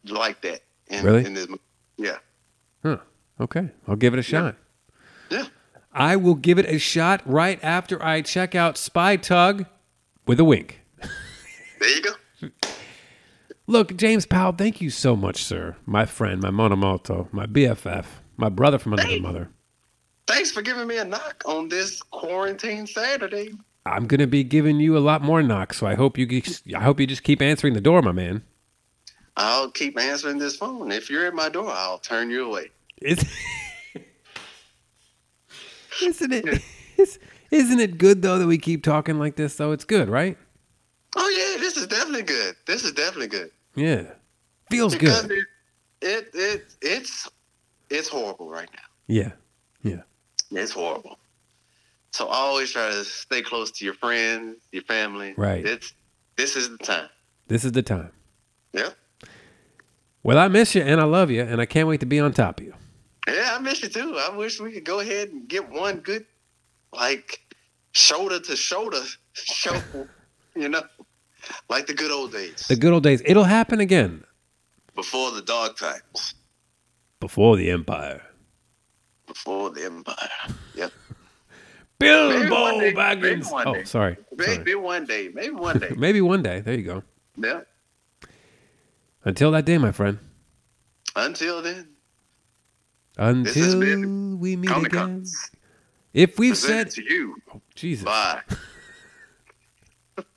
like that. In, Really? In this movie. Yeah. Huh. Okay. I'll give it a shot. Yeah. I will give it a shot right after I check out Spy Tug with a wink. There you go. Look, James Powell, thank you so much, sir. My friend, my monomoto, my BFF, my brother from another Hey. mother. Thanks for giving me a knock on this quarantine Saturday. I'm gonna be giving you a lot more knocks, so I hope you. ge- I hope you just keep answering the door, my man. I'll keep answering this phone. If you're at my door, I'll turn you away. Is, isn't it? Is, isn't it good though that we keep talking like this? Though it's good, right? Oh yeah, this is definitely good. This is definitely good. Yeah, feels Because good. It, it it it's it's horrible right now. Yeah, It's horrible. So always try to stay close to your friends, your family. Right. It's this is the time. this is the time. Yeah. Well, I miss you and I love you, and I can't wait to be on top of you. Yeah, I miss you too. I wish we could go ahead and get one good like shoulder to shoulder show, you know. Like the good old days. The good old days. It'll happen again before the dog times. before the empire. Before the empire. Yep. Maybe one Bilbo day. Baggins. Maybe one Oh, day. sorry. sorry. Maybe one day. Maybe one day. Maybe one day. There you go. yeah. Until that day, my friend. Until then, has Until been we meet Comic again. Con If we've presented said to you Jesus, by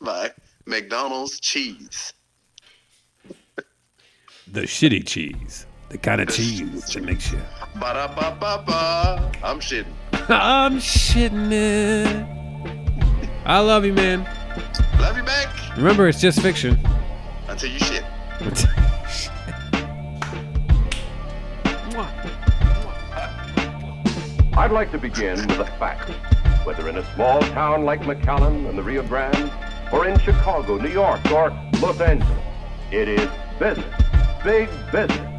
by McDonald's cheese. the shitty cheese, the kind of cheese that makes you. Ba da ba ba ba. I'm shitting. I'm shitting it. I love you, man. Love you back Remember, it's just fiction. until you shit. I'd like to begin with a fact. Whether in a small town like McAllen and the Rio Grande, or in Chicago, New York, or Los Angeles, it is business, big business.